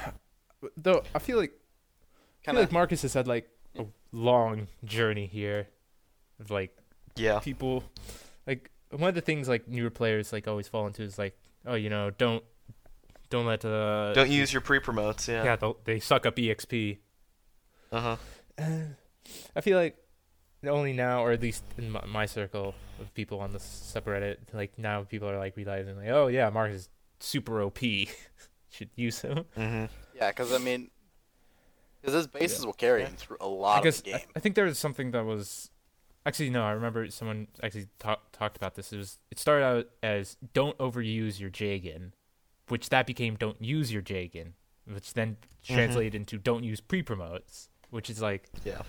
but Though I feel like
I
Kind
feel
of.
like Marcus has had like a long journey here of like
Yeah.
people like one of the things like newer players like always fall into is like oh you know don't don't let uh
Don't use your pre-promotes. Yeah.
yeah they'll- they suck up E exp
Uh huh.
I feel like only now, or at least in my, my circle of people on the subreddit, like now people are like realizing, like, oh yeah, Marcus is super OP, should use him.
Mm-hmm.
Yeah, because I mean, because his bases will carry him through a lot
I guess
of the
I-
game.
I, think there was something that was actually no, I remember someone actually talk, talked about this. It was it started out as don't overuse your Jagan, which that became don't use your Jagan, which then translated into don't use pre promotes, which is like
Yeah.
that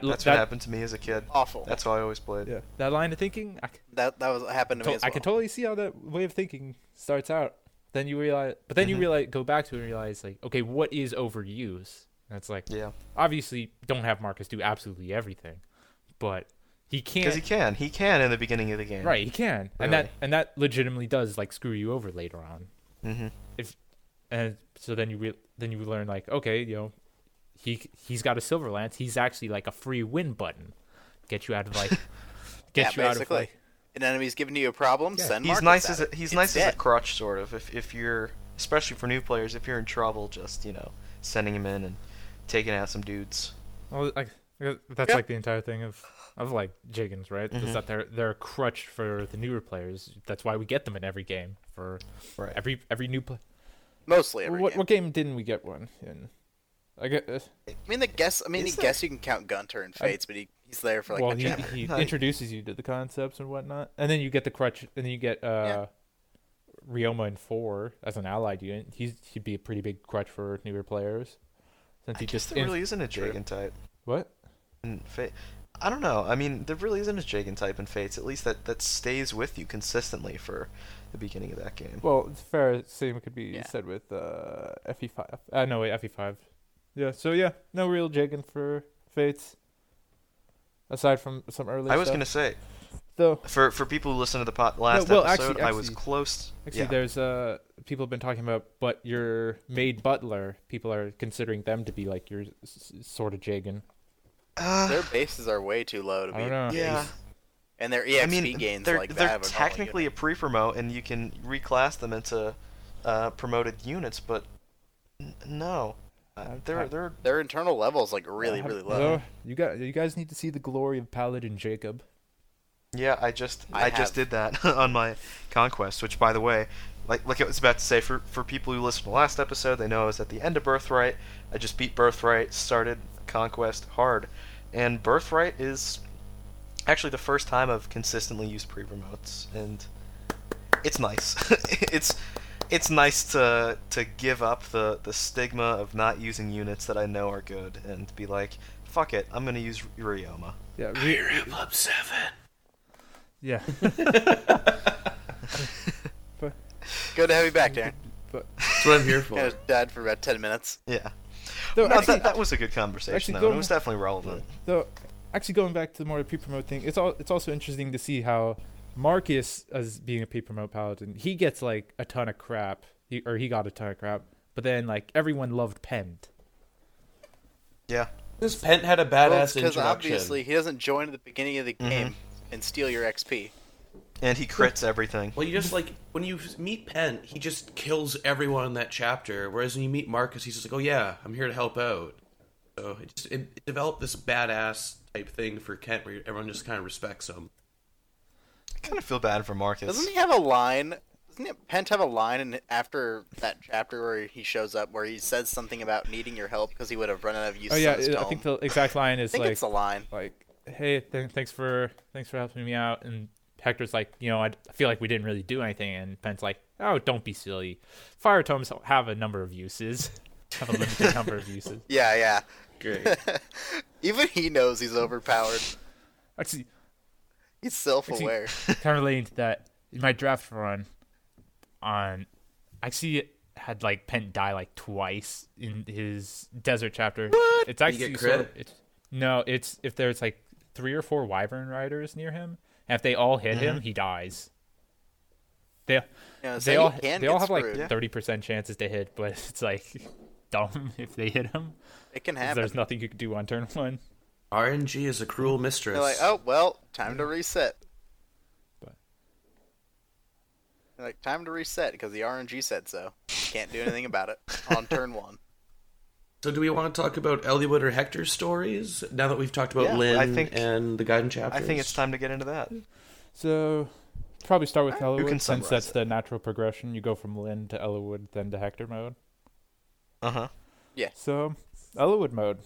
That's what
that,
happened to me as a kid.
Awful.
That's how I always played.
Yeah.
that line of thinking. I, c-
that that was happened to me
To-
as
I
well.
can totally see how that way of thinking starts out. Then you realize, but then you realize, go back to it and realize, like, okay, what is overuse? And it's like,
Yeah.
obviously, don't have Marcus do absolutely everything, but he can't.
Because he can. He can in the beginning of the game.
right, he can, and
Really.
that and that legitimately does like screw you over later on.
Mm-hmm.
If and so then you re- then you learn like, okay, you know, he he's got a silver lance. He's actually like a free win button, get you out of like, get
yeah,
you out of
basically.
like,
An enemy's giving you a problem,
Yeah.
send
He's
Marcus
nice
at
as
it.
a, he's
It's
nice as
dead.
a crutch, sort of. If if you're especially for new players, if you're in trouble, just you know sending him in and taking out some dudes.
Well, like uh, that's like the entire thing of of like Jiggins, right? Is that they're they're a crutch for the newer players. That's why we get them in every game for
Right.
every every new play.
Mostly every
what
game.
what game didn't we get one in? I get. Uh,
I mean, the guess. I mean,
Is
I
there-
guess you can count Gunter and Fates, but he, he's there for like
well,
a
he,
chapter.
he
Like-
introduces you to the concepts and whatnot, and then you get the crutch, and then you get uh, Ryoma in four as an allied unit. He's he'd be a pretty big crutch for newer players, since
I
he
guess
just
there
in-
really isn't a Jagan type.
what
In fa- I don't know. I mean, there really isn't a Jagan type in Fates. At least that that stays with you consistently for the beginning of that game.
Well, it's fair. Same could be
Yeah.
said with uh, FE5. Uh, no, wait, FE5. Yeah, so yeah, no real jigging for Fates. Aside from some early
I was
stuff.
gonna say
Though,
for for people who listened to the pot last
well,
episode,
actually-
I was
actually-
close.
actually,
yeah.
there's uh, people have been talking about, but your maid butler, people are considering them to be like your s- s- sort of jigging.
Uh,
Their bases are way too low to
I
be.
don't know.
yeah.
He's-
and their EXP
I mean,
gains
they're,
like that.
they're
of a normal
technically a
unit.
pre-promote, and you can reclass them into uh, promoted units, but n- no, uh, they're they're
their internal level is like really
Have-
really low.
Hello? You got you guys need to see the glory of Paladin Jacob.
yeah. I just
I
I, just
have-
did that on my conquest, which by the way, like like I was about to say for for people who listened to last episode, they know I was at the end of Birthright. I just beat Birthright, started conquest hard, and Birthright is actually the first time I've consistently used pre-promotes, and it's nice. it's it's nice to to give up the the stigma of not using units that I know are good and be like, fuck it, I'm gonna use Ryoma.
Yeah, re-
You're up, up seven.
Yeah.
Good to have you back, Darren.
That's what I'm here for.
Kind of died for about ten minutes.
Yeah,
though,
no,
actually,
that, that was a good conversation
actually,
though.
go
and It was definitely relevant.
So
actually, going back to the more pre-promote thing, it's all it's also interesting to see how
Marcus as being a pre-promote paladin, he gets like a ton of crap. He, or he got a ton of crap. But then like everyone loved Pent.
Yeah,
This Pent had a badass
Because
introduction.
obviously he doesn't join at the beginning of the
Mm-hmm.
game and steal your XP.
and he crits everything.
Well, you just like when you meet Pent, he just kills everyone in that chapter. Whereas when you meet Marcus, he's just like, "Oh yeah, I'm here to help out." So it just it, it developed this badass type thing for Kent, where everyone just kind of respects him.
I kind of feel bad for Marcus.
Doesn't he have a line? Doesn't he- Pent have a line in, after that chapter where he shows up where he says something about needing your help because he would have run out of use?
Oh yeah,
on his
I
dome?
think the exact line is
I think
like
it's a line.
like, "Hey, th- thanks for thanks for helping me out." And Hector's like, "You know, I I feel like we didn't really do anything." And Penn's like, "Oh, don't be silly. Fire tomes have a number of uses. Have a limited number of uses."
Yeah, yeah.
Great.
Even he knows he's overpowered.
Actually,
He's self-aware.
kind of relating to that, in my draft run, on I actually had like Pent die like twice in his desert chapter. What? It's
you
actually
get
sort of-
crit?
it's, no, it's if there's like three or four wyvern riders near him, and if they all hit him, he dies. They
You know, Mm-hmm. so
they
he
all
can
they all
get
have
screwed.
like thirty percent chances to hit, but it's like dumb if they hit him. 'cause
It can happen.
There's nothing you could do on turn one.
RNG is a cruel
Mm-hmm.
mistress.
They're like, oh well, time to reset.
But-
They're like time to reset because the RNG said so. Can't do anything about it on turn one.
So do we want to talk about Ellwood or Hector's stories now that we've talked about
Yeah,
Lynn
I think-
and the guiding chapters?
I think it's time to get into that.
So probably start with Elwood
can
since
summarize
that's
it?
the natural progression. You go from Lynn to Elwood, then to Hector mode.
Uh huh.
So Elwood mode.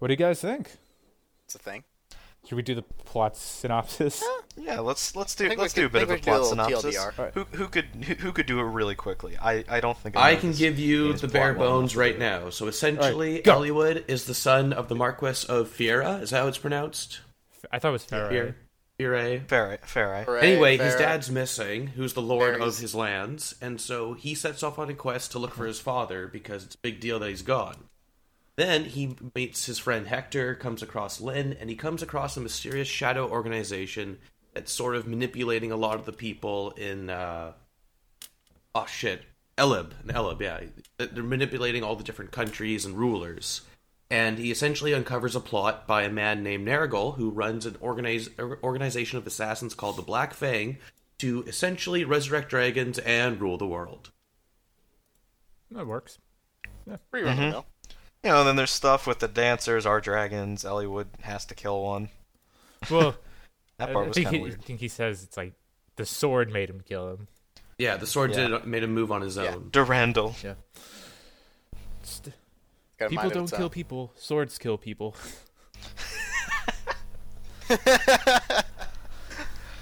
What do you guys think?
It's a thing.
Should we do the plot synopsis?
Yeah, let's let's do
I think we
let's
could-
do a bit
I
of a
think we should
plot
do a little
synopsis.
TLDR.
Alright.
Who who could who, who could do it really quickly? I I don't think
I
know
can
this
give you
game's
the bare
plot well enough.
bones right now. So essentially,
go.
Ellwood is the son of the Marquess of Fiera. Is that how it's pronounced?
I thought it was fair.
Fiera. Fiera.
Fair, fair. eh?
Hooray,
Anyway, his
Farrah.
dad's missing, who's the lord
Fairies.
of his lands, and so he sets off on a quest to look for his father because it's a big deal that he's gone. Then he meets his friend Hector, comes across Lynn, and he comes across a mysterious shadow organization that's sort of manipulating a lot of the people in. Uh, oh shit, Elib, and Elib, yeah, Uh, they're manipulating all the different countries and rulers. And he essentially uncovers a plot by a man named Nargal, who runs an organize, or- organization of assassins called the Black Fang, to essentially resurrect dragons and rule the world.
That works.
Pretty run of
Mm-hmm.
the mill.
You know, then there's stuff with the dancers, our dragons. Elliewood has to kill one.
Well,
That
I,
part
I
was
think
kind
he
of weird.
I think he says it's like the sword made him kill him.
Yeah, the sword
Yeah.
did made him move on his
Yeah.
own.
Durandal.
St-
It's got a
people
mind of
don't
its
kill
own.
people. Swords kill people.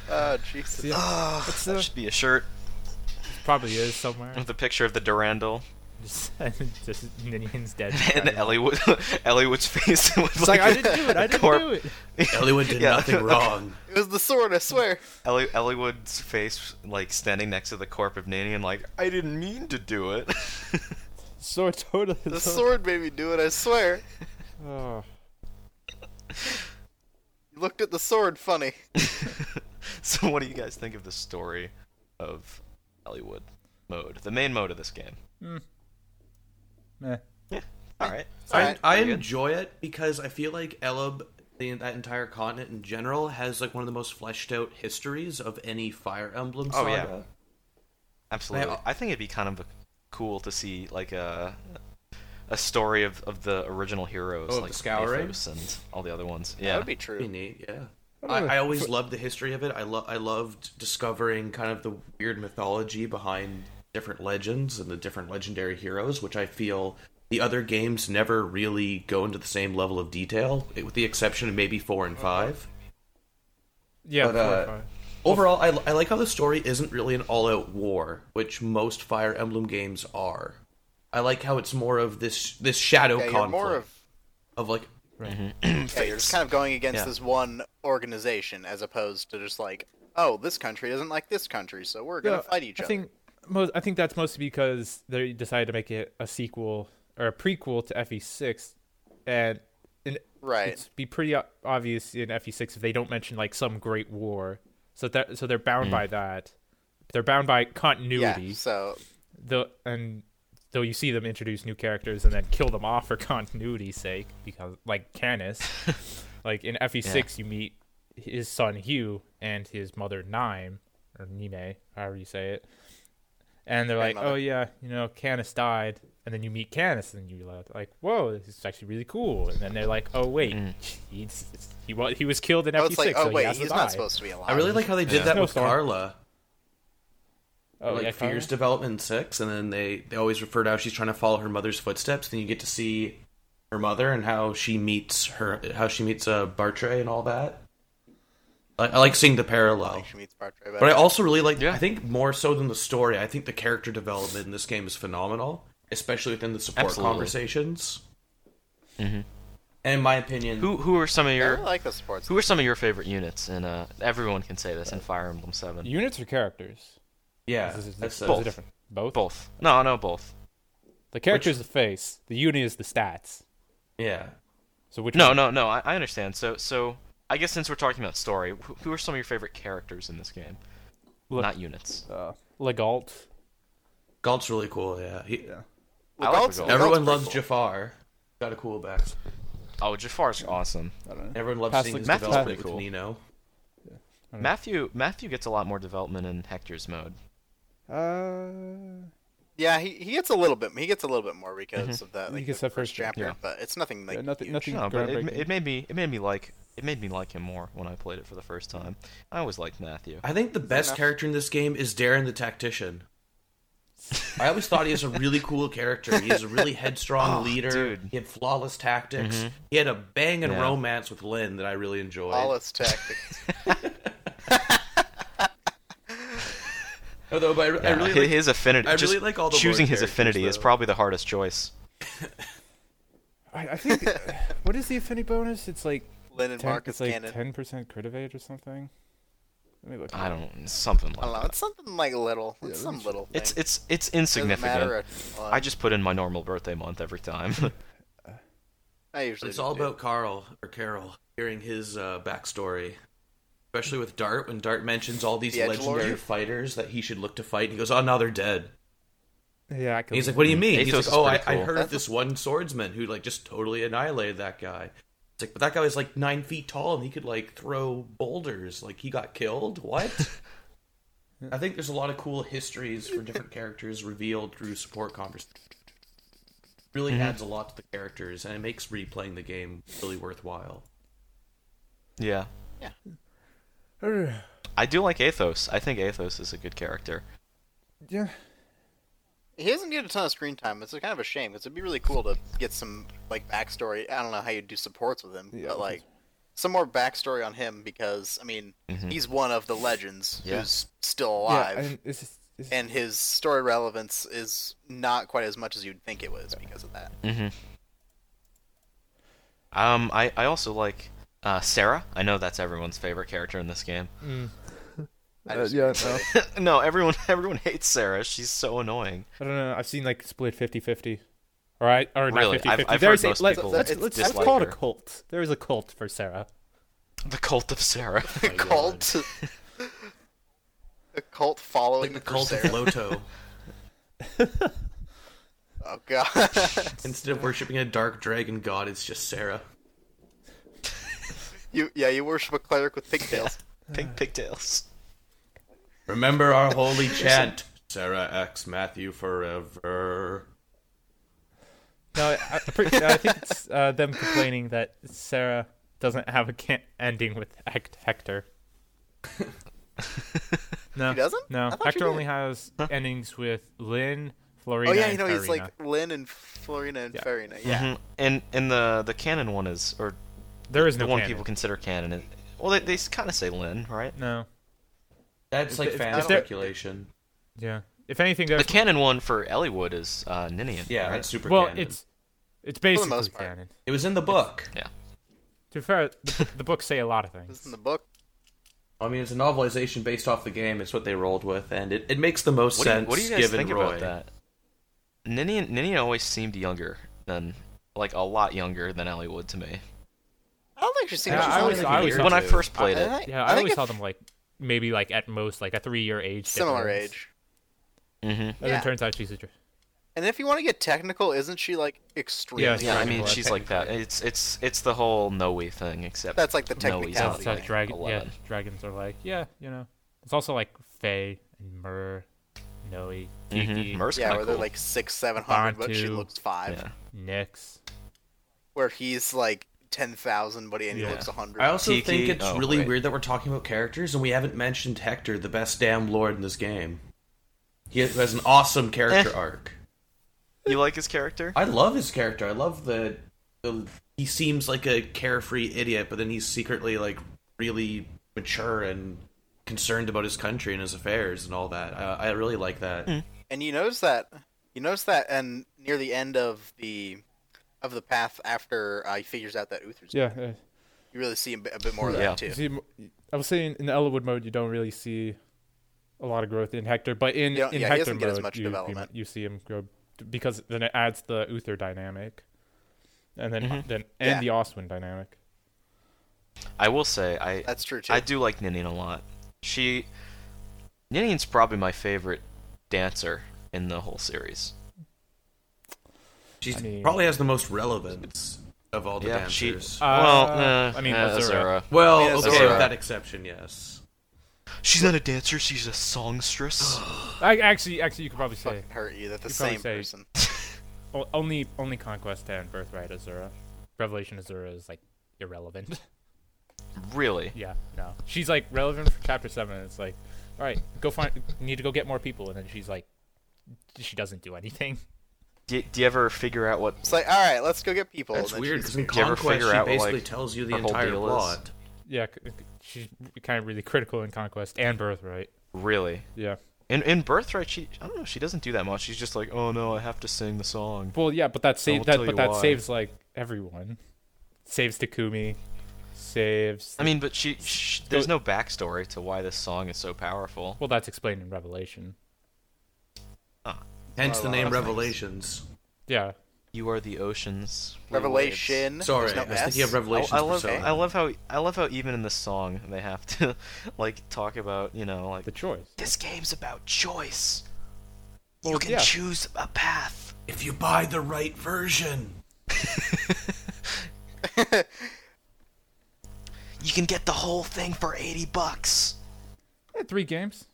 Oh Jesus!
Yeah.
Ugh,
What's
that
the-
should be a shirt
Probably is somewhere.
with a picture of the Durandal
just, just Ninian's dead.
and Elliewood, Elliewood's face with
It's
like,
like I didn't do it. I didn't
corp-
do it.
Elliwood did
Yeah.
nothing wrong.
It was the sword, I swear.
Ellie, Elliewood's face like standing next to the corpse of Ninian, like I didn't mean to do it.
Sword totally.
The sword made me do it. I swear.
Oh.
You looked at the sword funny.
so, what do you guys think of the story of Elliewood mode, the main mode of this game?
Meh.
All right.
Alright.
I, I
Pretty good.
enjoy it because I feel like Elib the, that entire continent in general has like one of the most fleshed out histories of any Fire Emblem
Oh,
saga.
yeah. Absolutely.
They-
I think it'd be kind of cool to see like a a story of, of the original heroes,
Oh, of
like
the Scouring?
Athos and all the other ones.
That
Yeah.
would be true.
Pretty neat, yeah.
I don't know.
I, I always loved the history of it. I love I loved discovering kind of the weird mythology behind different legends and the different legendary heroes, which I feel the other games never really go into the same level of detail, eh, with the exception of maybe four and five.
Yeah,
But,
four or
uh,
five.
Overall, I, I like how the story isn't really an all out war, which most Fire Emblem games are. I like how it's more of this this shadow
Yeah, you're
conflict
more of
of like
yeah, you're just kind of going against
Yeah.
this one organization as opposed to just like, oh, this country doesn't like this country, so we're gonna fight each
I
other.
think most, I think that's mostly because they decided to make it a sequel or a prequel to FE6, and and
Right.
it's be pretty o- obvious in FE6 if they don't mention like some great war. So that so they're bound by that. They're bound by
yeah.
continuity.
So
Though and though you see them introduce new characters and then kill them off for continuity's sake, because like Canis, like in FE6 you meet his son Hugh and his mother Nime or Nime, however you say it, and they're like,
Grandmother.
oh yeah, you know Canis died, and then you meet Canis and you're like- like, whoa, this is actually really cool, and then they're like, oh wait, he's, he was he was killed in
I
FE6,
was like,
so
oh
he
wait,
has to
he's
die.
not supposed to be alive.
I really like how they did that with
Snowstorm.
Carla.
oh,
like
yeah,
Fear's
Connor?
development in six, and then they they always refer to how she's trying to follow her mother's footsteps. Then you get to see her mother and how she meets her, how she meets uh, Bartre and all that. I, I like seeing the parallel,
She meets Bartray,
but I also really like.
Yeah.
I think more so than the story, I think the character development in this game is phenomenal, especially within the support
Absolutely.
conversations. And in my opinion,
Who who are some of
I
your
really like the supports.
who are some of your favorite units? And uh, everyone can say this in Fire Emblem Seven.
units or characters?
yeah,
This is-
that's
this is
Both.
different. Both.
Both. No, no, both.
The character is the face. The unit is the stats.
yeah.
So which
No,
one-
no, no. I, I understand. So so I guess since we're talking about story, who, who are some of your favorite characters in this game?
Look-
Not units.
Legault.
Galt's really cool. Yeah, he,
I like
Legault's-
Legault.
Galt's
everyone
pretty
loves
cool.
Jafar. Got a cool back.
Oh, Jafar's awesome.
Everyone loves
Pass
seeing
the-
his
Matthew's
development
pretty
with
cool.
Nino.
Matthew Matthew gets a lot more development in Hector's mode.
Uh,
Yeah, he, he gets a little bit he gets a little bit more because of that.
Mm-hmm. He
Like,
gets
the
that first
chapter,
yeah.
but it's nothing like
yeah, nothing,
huge.
nothing
No, but it,
groundbreaking.
it made me it made me like it made me like him more when I played it for the first time. I always liked Matthew.
I think the best
enough?
character in this game is Darren the Tactician. I always thought he was a really cool character. He was a really headstrong leader.
dude.
He had flawless tactics. He had a banging
Yeah.
romance with Lynn that I really enjoyed.
all its tactics.
Although, Oh, but I, I
Yeah,
really
hi-
like-
his affinity.
I
just
really like all the
choosing
lore
his
characters,
affinity is
though.
probably the hardest choice.
I, I think. what is the affinity bonus? It's like
Lynn and
10,
Marcus
it's like
Cannon.
ten percent crit evade or something. Let me look.
I don't something
I don't
like
know.
that.
It's something like little. It's some little.
It's
thing.
it's it's
Doesn't matter
insignificant.
a lot.
I just put in my normal birthday month every time.
I usually
it's all
do.
about Carl or Carol, hearing his uh, backstory, especially with Dart. When Dart mentions all these
The Edgelord?
legendary fighters that he should look to fight, and he goes, "Oh, now they're dead."
Yeah, I could.
And he's like, "What do you mean?"
Athos
he's
"Mm, is
like, "Oh, I,
pretty
I
cool.
heard of this one swordsman who like just totally annihilated that guy." It's like, but that guy was like nine feet tall and he could like throw boulders. Like he got killed. What? I think there's a lot of cool histories for different characters revealed through support conversations. Really
Mm-hmm.
adds a lot to the characters and it makes replaying the game really worthwhile.
yeah,
Uh,
I do like Athos. I think Athos is a good character.
yeah.
He doesn't get a ton of screen time. It's kind of a shame because it'd be really cool to get some like backstory. I don't know how you do supports with him,
Yeah,
but
okay.
like some more backstory on him because I mean he's one of the legends
Mm-hmm. Yeah.
who's still alive,
Yeah, and it's just, it's
and his story relevance is not quite as much as you'd think it was because of that.
Mm. Um, I I also like uh, Sarah. I know that's everyone's favorite character in this game.
I
uh,
just-
yeah, no.
no, everyone everyone hates Sarah. She's so annoying.
I don't know. I've seen like split 50-50. All right, or not
Really,
50
I've- I've
There's
heard
a,
most
let's,
people
let's,
It's
let's, let's
dislike
call it a
her.
cult. There is a cult for Sarah.
The cult of Sarah.
Oh
a cult, a cult following
Like the cult
for
of
Sarah.
Loto.
Oh god.
Instead of worshipping a dark dragon god, it's just Sarah.
You yeah, you worship a cleric with pigtails.
Pink pigtails.
Remember our holy chant, Sarah X Matthew forever.
No, I, I, pre- I think it's uh, them complaining that Sarah doesn't have a can- ending with Hect- Hector. no,
He doesn't? I
No,
thought she
Hector
did.
only has endings with Lynn, Florina,
oh yeah, you
and
know he's
Farina.
like Lynn and Florina and
Yeah. Mm-hmm.
Farina. Yeah.
Mhm. And and the the canon one is or
there is
the
no
one
canon.
people consider canon. Is, well, they they kind of say Lynn, right?
No,
That's like
if-
fan
if
there-
speculation.
yeah. If anything
The
goes,
canon one for Elliewood is uh, Ninian.
Yeah,
right?
that's super
well,
canon.
it's it's basically
most part.
canon.
It was in the book.
To be fair, the, the books say a lot of
This is
things.
in the book.
I mean, it's a novelization based off the game. It's what they rolled with, and it, it makes the most
What do, you,
sense
what do you guys
given
think
Roy.
about that? Ninian Ninian always seemed younger than like a lot younger than Elliewood to me.
I don't think she's seen
Yeah,
much
I
as
always-
Lynn.
I always
Weird.
thought
when I
too.
first played it,
I think-
Yeah,
I
I,
think
always
if
saw them like maybe like at most like a three-year age.
similar
difference.
age.
hmm
And
Yeah.
it turns out she's a. dr-
And if you want to get technical, isn't she like extremely?
Yeah,
yeah, I mean
Dragonblood,
she's like that. It's it's it's the whole Noe thing, except
That's like the
Noe's
Yeah,
not
technicality.
it's
Sounds
like
like dragon. Yeah,
11.
dragons are like yeah, you know. It's also like Fae and Myrrh, Noe, Kiki,
Mm-hmm.
Mhm. Mer's
yeah,
kinda
where they're
cool.
like six, seven hundred, but she
Bantu.
looks five.
Yeah.
Nyx.
Where he's like ten thousand, but he only
Yeah.
looks hundred.
I also
Tiki-
think it's
oh,
really
right.
weird that we're talking about characters and we haven't mentioned Hector, the best damn lord in this game. He has an awesome character
Eh.
arc.
You like his character?
I love his character. I love the, the he seems like a carefree idiot, but then he's secretly like really mature and concerned about his country and his affairs and all that. I, I really like that.
Hmm.
and you notice that you notice that and near the end of the of the path after uh, he figures out that Uther's
Yeah, yeah.
you really see a bit, a bit more of
Yeah.
that too.
You see, m- I was saying in the Elwood mode, you don't really see a lot of growth in Hector, but in,
You don't-
in
yeah, he
Hector
doesn't get as
mode,
much
you, you-
development.
You, see him grow because then it adds the Uther dynamic, and then
Mhm.
then
Yeah.
and the Oswin dynamic.
I will say I
That's true too.
I do like Ninian a lot. She Ninian's probably my favorite dancer in the whole series.
She
I mean-
probably has the most relevance of all the
yeah, she.
dancers.
well,
Uh,
nah,
I mean,
nah,
Azura.
Azura.
well,
Yeah,
okay,
Zora.
with that exception, yes.
She's not a dancer. She's a songstress.
I actually, actually, you could probably say
fucking hurt you. They're the
You'd
same
probably say-
person.
o- only, only Conquest and Birthright Azura. Revelation Azura is like irrelevant.
really?
yeah, no, she's like relevant for Chapter Seven. And it's like, all right, go find, need to go get more people, and then she's like, she doesn't do anything.
Do, do you ever figure out what?
It's like, all right, let's go get people.
That's
and then
weird
she's-
because
Do
in
you ever
Conquest
figure
she
out what,
basically
like,
tells you the
her whole
entire
deal is?
plot.
Yeah, c- c- she's kind of really critical in Conquest and Birthright.
Really?
Yeah.
In in Birthright, she I don't know. She doesn't do that much. She's just like, oh no, I have to sing the song.
Well, yeah, but that
will
saves
tell
that,
you
but that
why.
saves like everyone.
Saves Takumi. Saves.
I mean, but she, sh there's no backstory to why this song is so powerful.
well, that's explained in Revelation.
Hence the
Well,
name
that's nice.
Revelations.
Yeah,
You are the oceans. we waves.
Revelation.
Sorry,
there's no
I was
S.
thinking of
I,
Revelations.
I
for
love
Sony.
I love how I love how even in the song they have to like talk about you know like
the choice.
this game's about choice. you
Well,
can
yeah.
choose a path.
If you buy the right version.
You can get the whole thing for eighty bucks.
Yeah, three games.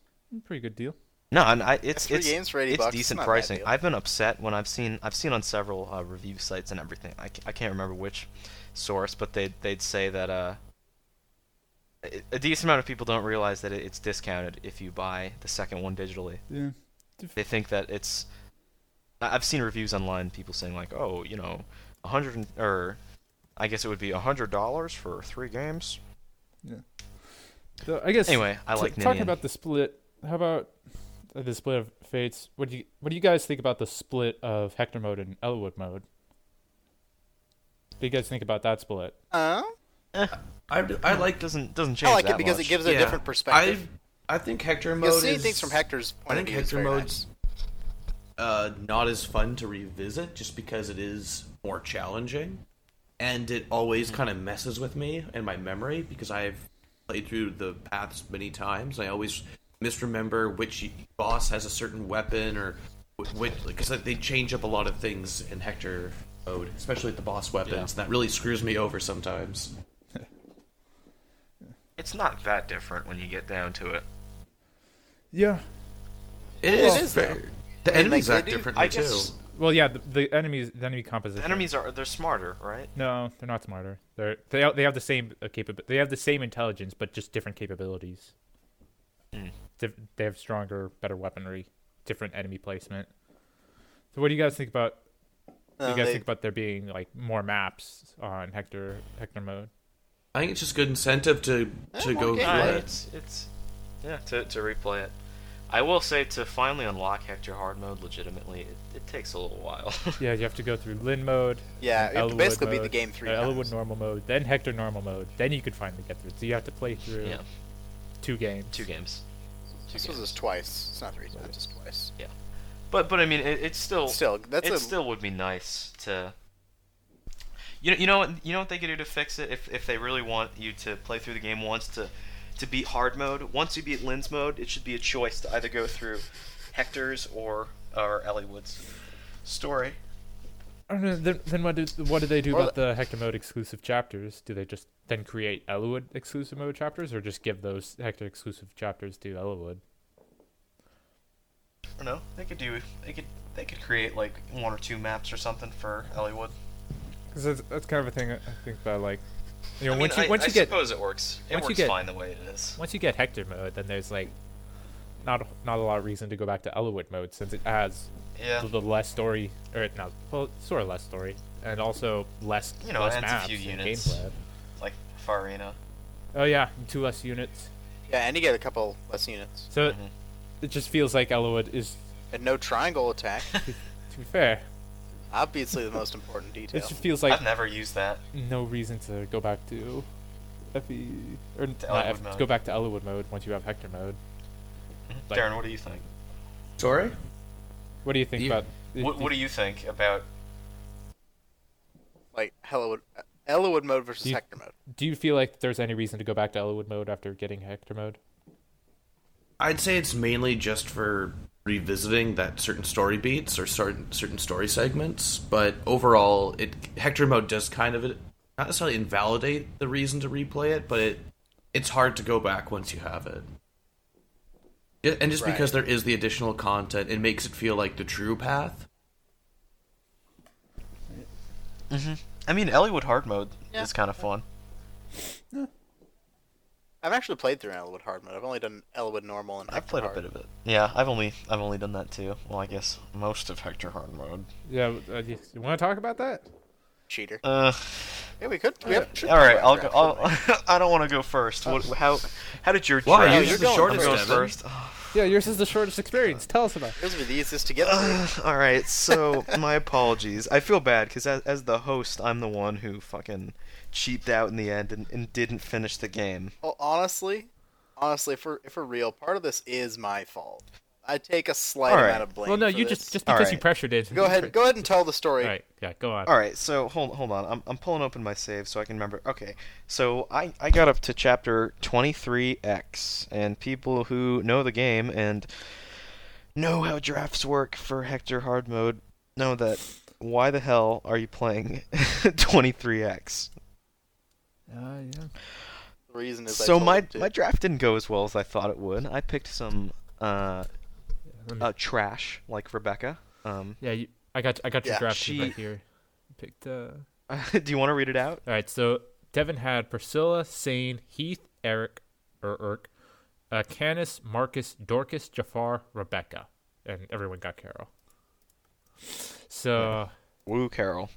Pretty good deal.
No, and I, it's
three
it's
games for 80
it's
bucks, it's
decent
not a bad
pricing.
deal.
I've been upset when I've seen I've seen on several uh, review sites and everything. I, ca- I can't remember which source, but they they'd say that uh, a- a decent amount of people don't realize that it, it's discounted if you buy the second one digitally.
Yeah.
They think that it's. I- I've seen reviews online, people saying like, oh, you know, a hundred and- or I guess it would be a hundred dollars for three games.
So I guess
Anyway, I
t-
like
talking
Ninian.
about the split. How about uh, the split of fates? What do you what do you guys think about the split of Hector mode and Elwood mode? What do you guys think about that split?
Huh?
I, I like
doesn't doesn't change.
I like
that
it because
much.
it gives a
yeah.
different perspective.
I, I think Hector mode
You'll see
is
things from Hector's point
I
of
think
view. is
Hector
very
mode's
nice.
uh, not as fun to revisit just because it is more challenging, and it always kind of messes with me and my memory because I've played through the paths many times. I always misremember which boss has a certain weapon or wh- which because they change up a lot of things in Hector mode, especially with the boss weapons. and That really screws me over sometimes.
it's not that different when you get down to it.
Yeah.
It
Well,
is,
it is,
fair.
though.
The
I mean,
enemies
like, they
act
do-
differently
I guess
too.
Well, yeah. The, the enemies, the enemy composition.
the enemies are they're smarter, right?
No, they're not smarter. They're they have- they have the same uh, capab- They have the same intelligence, but just different capabilities.
Hmm.
Diff- they have stronger, better weaponry, different enemy placement. So, what do you guys think about?
Uh,
you guys
they-
think about there being like more maps on Hector Hector mode?
I think it's just good incentive to to go
okay.
through
Uh,
it.
it's it's yeah to to replay it. I will say to finally unlock Hector hard mode legitimately, it, it takes a little while.
Yeah, you have to go through Lin mode.
yeah, you have to
Elwood
basically beat the
mode,
game three
uh,
times.
Elwood normal mode, then Hector normal mode, then you could finally get through. it. So you have to play through
yeah,
two games.
two games. Two
This was
games.
just twice. It's not three times. It's twice.
But but I mean, it, it's still
Still, that's
it
a
still would be nice to. You know, you know what you know what they could do to fix it if, if they really want you to play through the game once to to beat hard mode. Once you beat Lynn's mode, it should be a choice to either go through Hector's or or Ellie Wood's story.
I don't know. Then, then what do what do they do
Or
about the Hector mode exclusive chapters? Do they just then create Elwood exclusive mode chapters, or just give those Hector exclusive chapters to Elwood?
I don't know. They could do they could they could create like one or two maps or something for Ellie Wood.
Because that's, that's kind of a thing I think about. Like, you know,
I mean,
once
I-
you once
I
you get
suppose it works. It
once you
works
get-
fine the way it is.
once you get Hector mode, then there's like not not a lot of reason to go back to Elwood mode since it has
Yeah.
the less story, or not well, sort of less story, and also less
You know,
less
adds a
maps
few
and
units.
gameplay.
Like Farina.
Oh yeah, two less units.
yeah, and you get a couple less units
So
Mm-hmm.
it, it just feels like Elwood is,
and no triangle attack.
to be fair,
obviously, the most important
it
detail.
just feels like
I've never used that.
no reason to go back to Effie or not
Elwood
Effie,
mode.
go back to Elwood mode once you have Hector mode. Like-
Darren, what do you think?
Sorry.
What do you think
You-
about?
What, what do you think about
Like Hellowood, Elwood mode versus
You-
Hector mode.
do you feel like there's any reason to go back to Elwood mode after getting Hector mode?
I'd say it's mainly just for revisiting that certain story beats or certain certain story segments, but overall, it Hector mode does kind of not necessarily invalidate the reason to replay it, but it it's hard to go back once you have it. Yeah, And just
Right.
because there is the additional content, it makes it feel like the true path.
I mean, Elliewood hard mode
Yeah.
is kind of fun.
I've actually played through an Elwood hard mode. I've only done Elwood normal and
I've
Hector
played
hard.
a bit of it. Yeah, I've only I've only done that too. Well, I guess most of Hector hard mode.
Yeah, uh, you, you want to talk about that?
Cheater.
Uh,
Yeah, we could. We have,
all right, I'll go. I'll, I don't want to go first. What, how how did your
Why?
draft?
Yours is the
I'm
shortest,
going
Evan.
first.
Yeah, yours is the shortest experience. Tell us about. It.
Those were the easiest to get through.
All right, so my apologies. I feel bad because as, as the host, I'm the one who fucking cheaped out in the end and, and didn't finish the game.
Well, Oh, honestly, honestly, if we're, if we're real, part of this is my fault. I take a slight
All right.
amount of blame.
Well, no,
for
you
this.
just just
All
because you
right.
pressured it.
go ahead. Go ahead and tell the story.
All right. Yeah. Go on.
All right, so hold hold on. I'm I'm pulling open my save so I can remember. Okay, so I I got up to chapter 23x, and people who know the game and know how drafts work for Hector hard mode know that why the hell are you playing 23x?
The reason is I
So
told
my
it to.
my draft didn't go as well as I thought it would. I picked some uh,
let me-
uh trash like Rebecca. Um,
Yeah. You, I got I got your
Yeah,
draft
she-
right here. Picked. Uh...
do you want to read it out?
All right, so Devin had Priscilla, Sane, Heath, Eric, or Irk, uh, Canis, Marcus, Dorcas, Jafar, Rebecca, and everyone got Carol. So
Woo, Carol.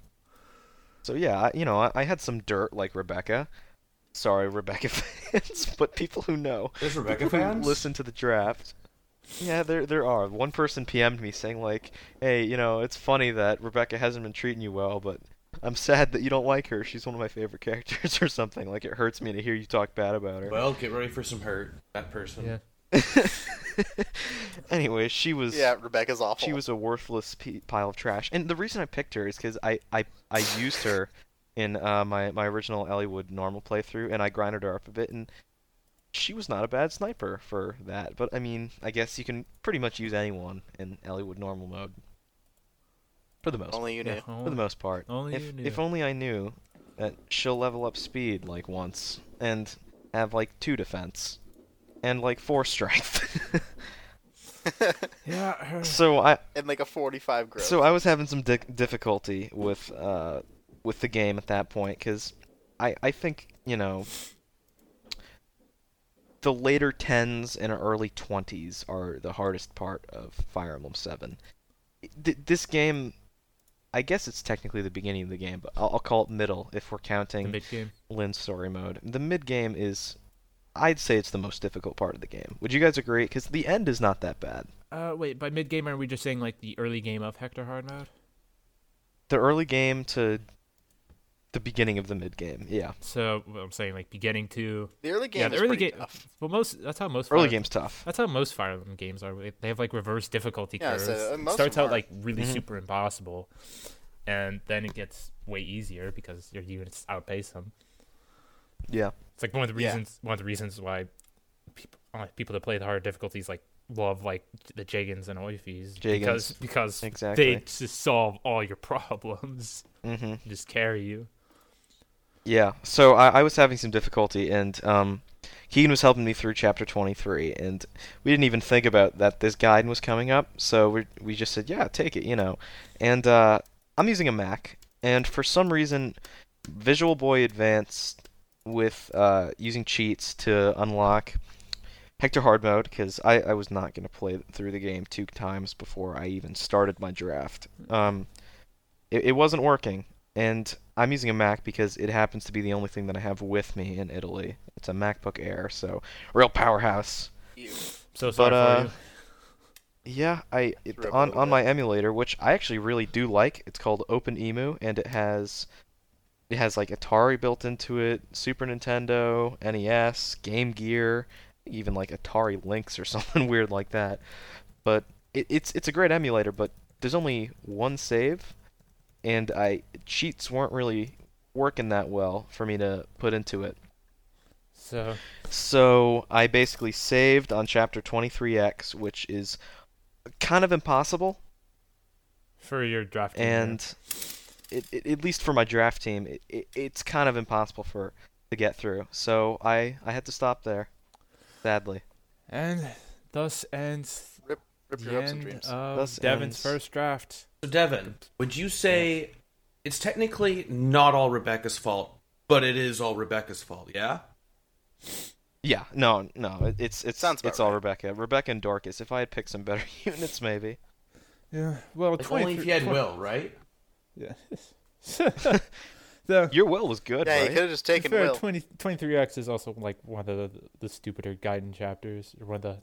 So yeah, I, you know, I, I had some dirt like Rebecca. Sorry, Rebecca fans, but people who know,
There's Rebecca
who listen to the draft. Yeah, there there are. One person PM'd me saying like, "Hey, you know, it's funny that Rebecca hasn't been treating you well, but I'm sad that you don't like her. She's one of my favorite characters or something. Like it hurts me to hear you talk bad about her."
Well, get ready for some hurt. That person.
Yeah.
anyway, she was
yeah, Rebecca's awful.
she was a worthless p- pile of trash. And the reason I picked her is because I, I, I used her in uh, my, my original Elliewood normal playthrough, and I grinded her up a bit, and she was not a bad sniper for that. But, I mean, I guess you can pretty much use anyone in Elliewood normal mode. For the most
only you knew.
yeah, oh,
for the
only,
most part.
only
if,
you knew.
if only I knew that she'll level up speed like once, and have like two defense and like four strength.
Yeah.
so I
and like a 45 growth.
so I was having some di- difficulty with uh with the game at that point because I I think you know the later tens and early twenties are the hardest part of Fire Emblem Seven. Th- this game, I guess it's technically the beginning of the game, but I'll, I'll call it middle if we're
The
counting
mid game.
Lynn's story mode. The mid game is, I'd say it's the most difficult part of the game. Would you guys agree? Because the end is not that bad.
Uh, wait. By mid game, are we just saying like the early game of Hector Hard mode?
The early game to the beginning of the mid game. Yeah,
So what I'm saying like beginning to
the early game
yeah, the
is
early
pretty
game.
tough.
Well, most that's how most
early
Fire-
game's tough.
That's how most Fire Emblem games are. They have like reverse difficulty
Yeah,
curves.
so, uh,
it
most
starts
of 'em
out
are.
like really
Mhm.
super impossible, and then it gets way easier because your units outpace them.
Yeah,
It's like one of the
Yeah.
reasons. One of the reasons why people, uh, people that play the harder difficulties like love like the Jagans and Oifis because
Jaegans.
because
Exactly.
they just solve all your problems,
Mm-hmm.
just carry you.
Yeah, so I, I was having some difficulty, and um, Keegan was helping me through chapter 23, and we didn't even think about that this guide was coming up, so we we just said, yeah, take it, you know. And uh, I'm using a Mac, and for some reason, Visual Boy Advanced with uh, using cheats to unlock Hector Hard Mode, because I, I was not going to play through the game two times before I even started my draft. Um, it, it wasn't working, and I'm using a Mac because it happens to be the only thing that I have with me in Italy. It's a MacBook Air, so real powerhouse.
You.
So sorry
uh,
for you.
Yeah, I it,
Threw up a
on
little
on
bit.
my emulator, which I actually really do like. It's called OpenEMU, and it has it has like Atari built into it, Super Nintendo, NES, Game Gear, even like Atari Lynx or something weird like that. But it, it's it's a great emulator, but there's only one save, and I cheats weren't really working that well for me to put into it.
So
So I basically saved on chapter 23x, which is kind of impossible,
for your draft, team, yeah.
and it, it, at least for my draft team, it, it, it's kind of impossible for to get through. So I, I had to stop there, sadly.
and thus ends
Rip
the
your hopes and
end
dreams.
of
Thus
Oh, Devin's
ends-
first draft.
So, Devin, would you say it's technically not all Rebecca's fault, but it is all Rebecca's fault, yeah?
Yeah, no, no, it, it's it's
Sounds about
it's all
right.
Rebecca, Rebecca and Dorcas. If I had picked some better units, maybe.
Yeah. Well,
If only if you had Will, right?
Yeah.
Your will was good,
yeah, you could
right?
have just taken
Fair,
Will.
20, 23x is also like one of the, the stupider guiding chapters, or one of the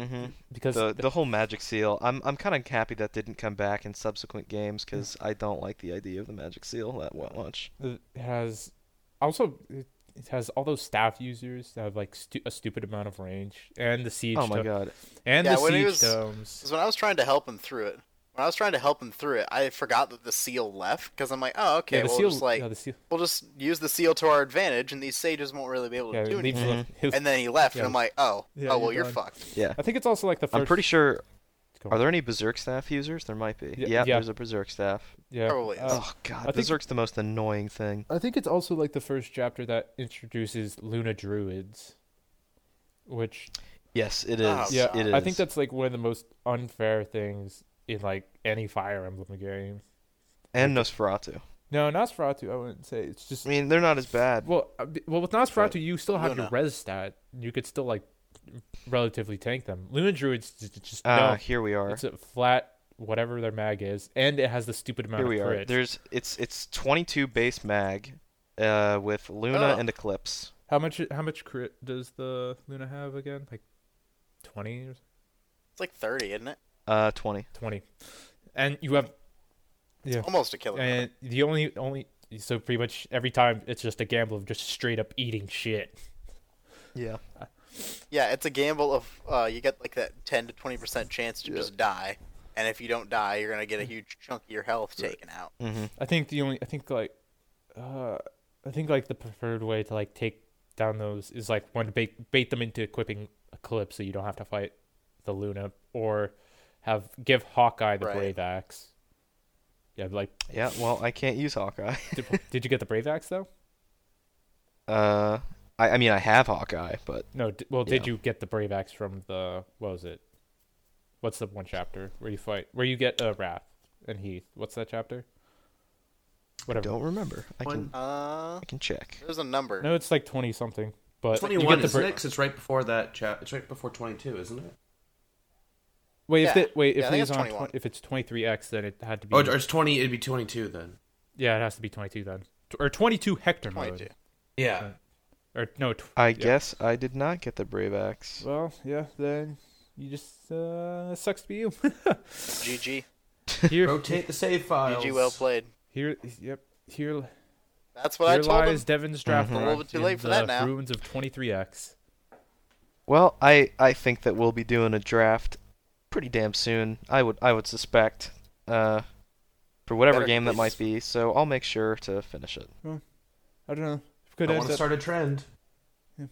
Mm-hmm.
because
The the whole magic seal. I'm I'm kind of happy that didn't come back in subsequent games
Hmm.
because I don't like the idea of the magic seal that much.
it has also it, it has all those staff users that have like stu- a stupid amount of range and the siege
Oh my
to-
god.
and
Yeah,
the
when he
siege
was-
domes.
Because when I was trying to help him through it, when I was trying to help him through it, I forgot that the seal left. Because I'm like, oh, okay,
yeah, the
we'll
seal,
just like
yeah, the seal,
we'll just use the seal to our advantage, and these sages won't really be able to
yeah,
do
it leaves
anything.
him- his-
And then he left,
yeah.
and I'm like, oh,
Yeah,
oh
you're
well, you're,
done.
fucked.
I think it's also like the first.
I'm pretty sure.
Go
Are
on.
there any berserk staff users? There might be.
Yeah,
yeah,
yeah.
there's a berserk staff.
yeah,
Probably
uh,
oh god,
I think-
berserk's the most annoying thing.
I think it's also like the first chapter that introduces Luna Druids, which
Yes, it is.
Oh,
yeah,
it is.
I think that's like one of the most unfair things in like any Fire Emblem game.
and Nosferatu.
No, Nosferatu, I wouldn't say it's just
I mean, they're not as bad.
well, uh, b- well with Nosferatu, you still have
Luna.
your res stat. You could still like relatively tank them. Luna Druids is j- just
Ah,
no.
here we are.
It's a flat whatever their mag is, and it has the stupid amount
Here we
of
are.
crit.
There's it's it's 22 base mag, uh, with Luna
Oh.
and Eclipse.
How much? How much crit does the Luna have again? Like twenty or
It's like 30, isn't it?
Uh, 20.
20 and you have
Almost a killer.
and the only only so pretty much every time it's just a gamble of just straight up eating shit
Yeah.
Yeah, it's a gamble of uh, you get like that 10 to 20 percent chance to just die, and if you don't die, you're gonna get
Mm.
a huge chunk of your health taken out.
Mm-hmm.
i think the only i think like uh i think like the preferred way to like take down those is like one to bait, bait them into equipping eclipse so you don't have to fight the luna or have give hawkeye the
Right.
brave axe yeah like
Yeah. Well, I can't use Hawkeye.
did, did you get the brave axe though
Uh, I, I mean, I have Hawkeye, but
No, d- well, did
Yeah.
you get the Brave Axe from the what was it? What's the one chapter where you fight where you get uh, Wrath and Heath? What's that chapter?
I
Whatever.
don't remember. I can
Uh,
I can check.
there's a number.
No, it's like twenty something. But you
Twenty-one
get the
is
Bra-
next. It's right before that chap. It's right before twenty-two, isn't it?
Wait,
Yeah.
if it, wait,
Yeah, I
if
think
he's
it's
on
21.
twen- if it's twenty three X, then it had to be.
Oh, it's twenty. It'd be twenty-two then.
yeah, it has to be twenty two then, Tw- or twenty two Hector
22.
mode,
Yeah.
or no. Tw-
Uh,
I
yeah.
guess I did not get the Brave Axe.
Well, yeah, then you just uh sucks to be you.
GG.
here,
Rotate the save files.
GG, well played.
here, yep, here.
That's what
here
I told him.
lies Devin's draft.
Mhm. A
little
rock
bit too
in
late for
the
that now.
Ruins of twenty three X.
Well, I I think that we'll be doing a draft pretty damn soon. I would I would suspect, uh, for whatever
Better
game that might
quiz.
be. So I'll make sure to finish it.
I don't know.
I
Could
want
end
to
up,
start a trend.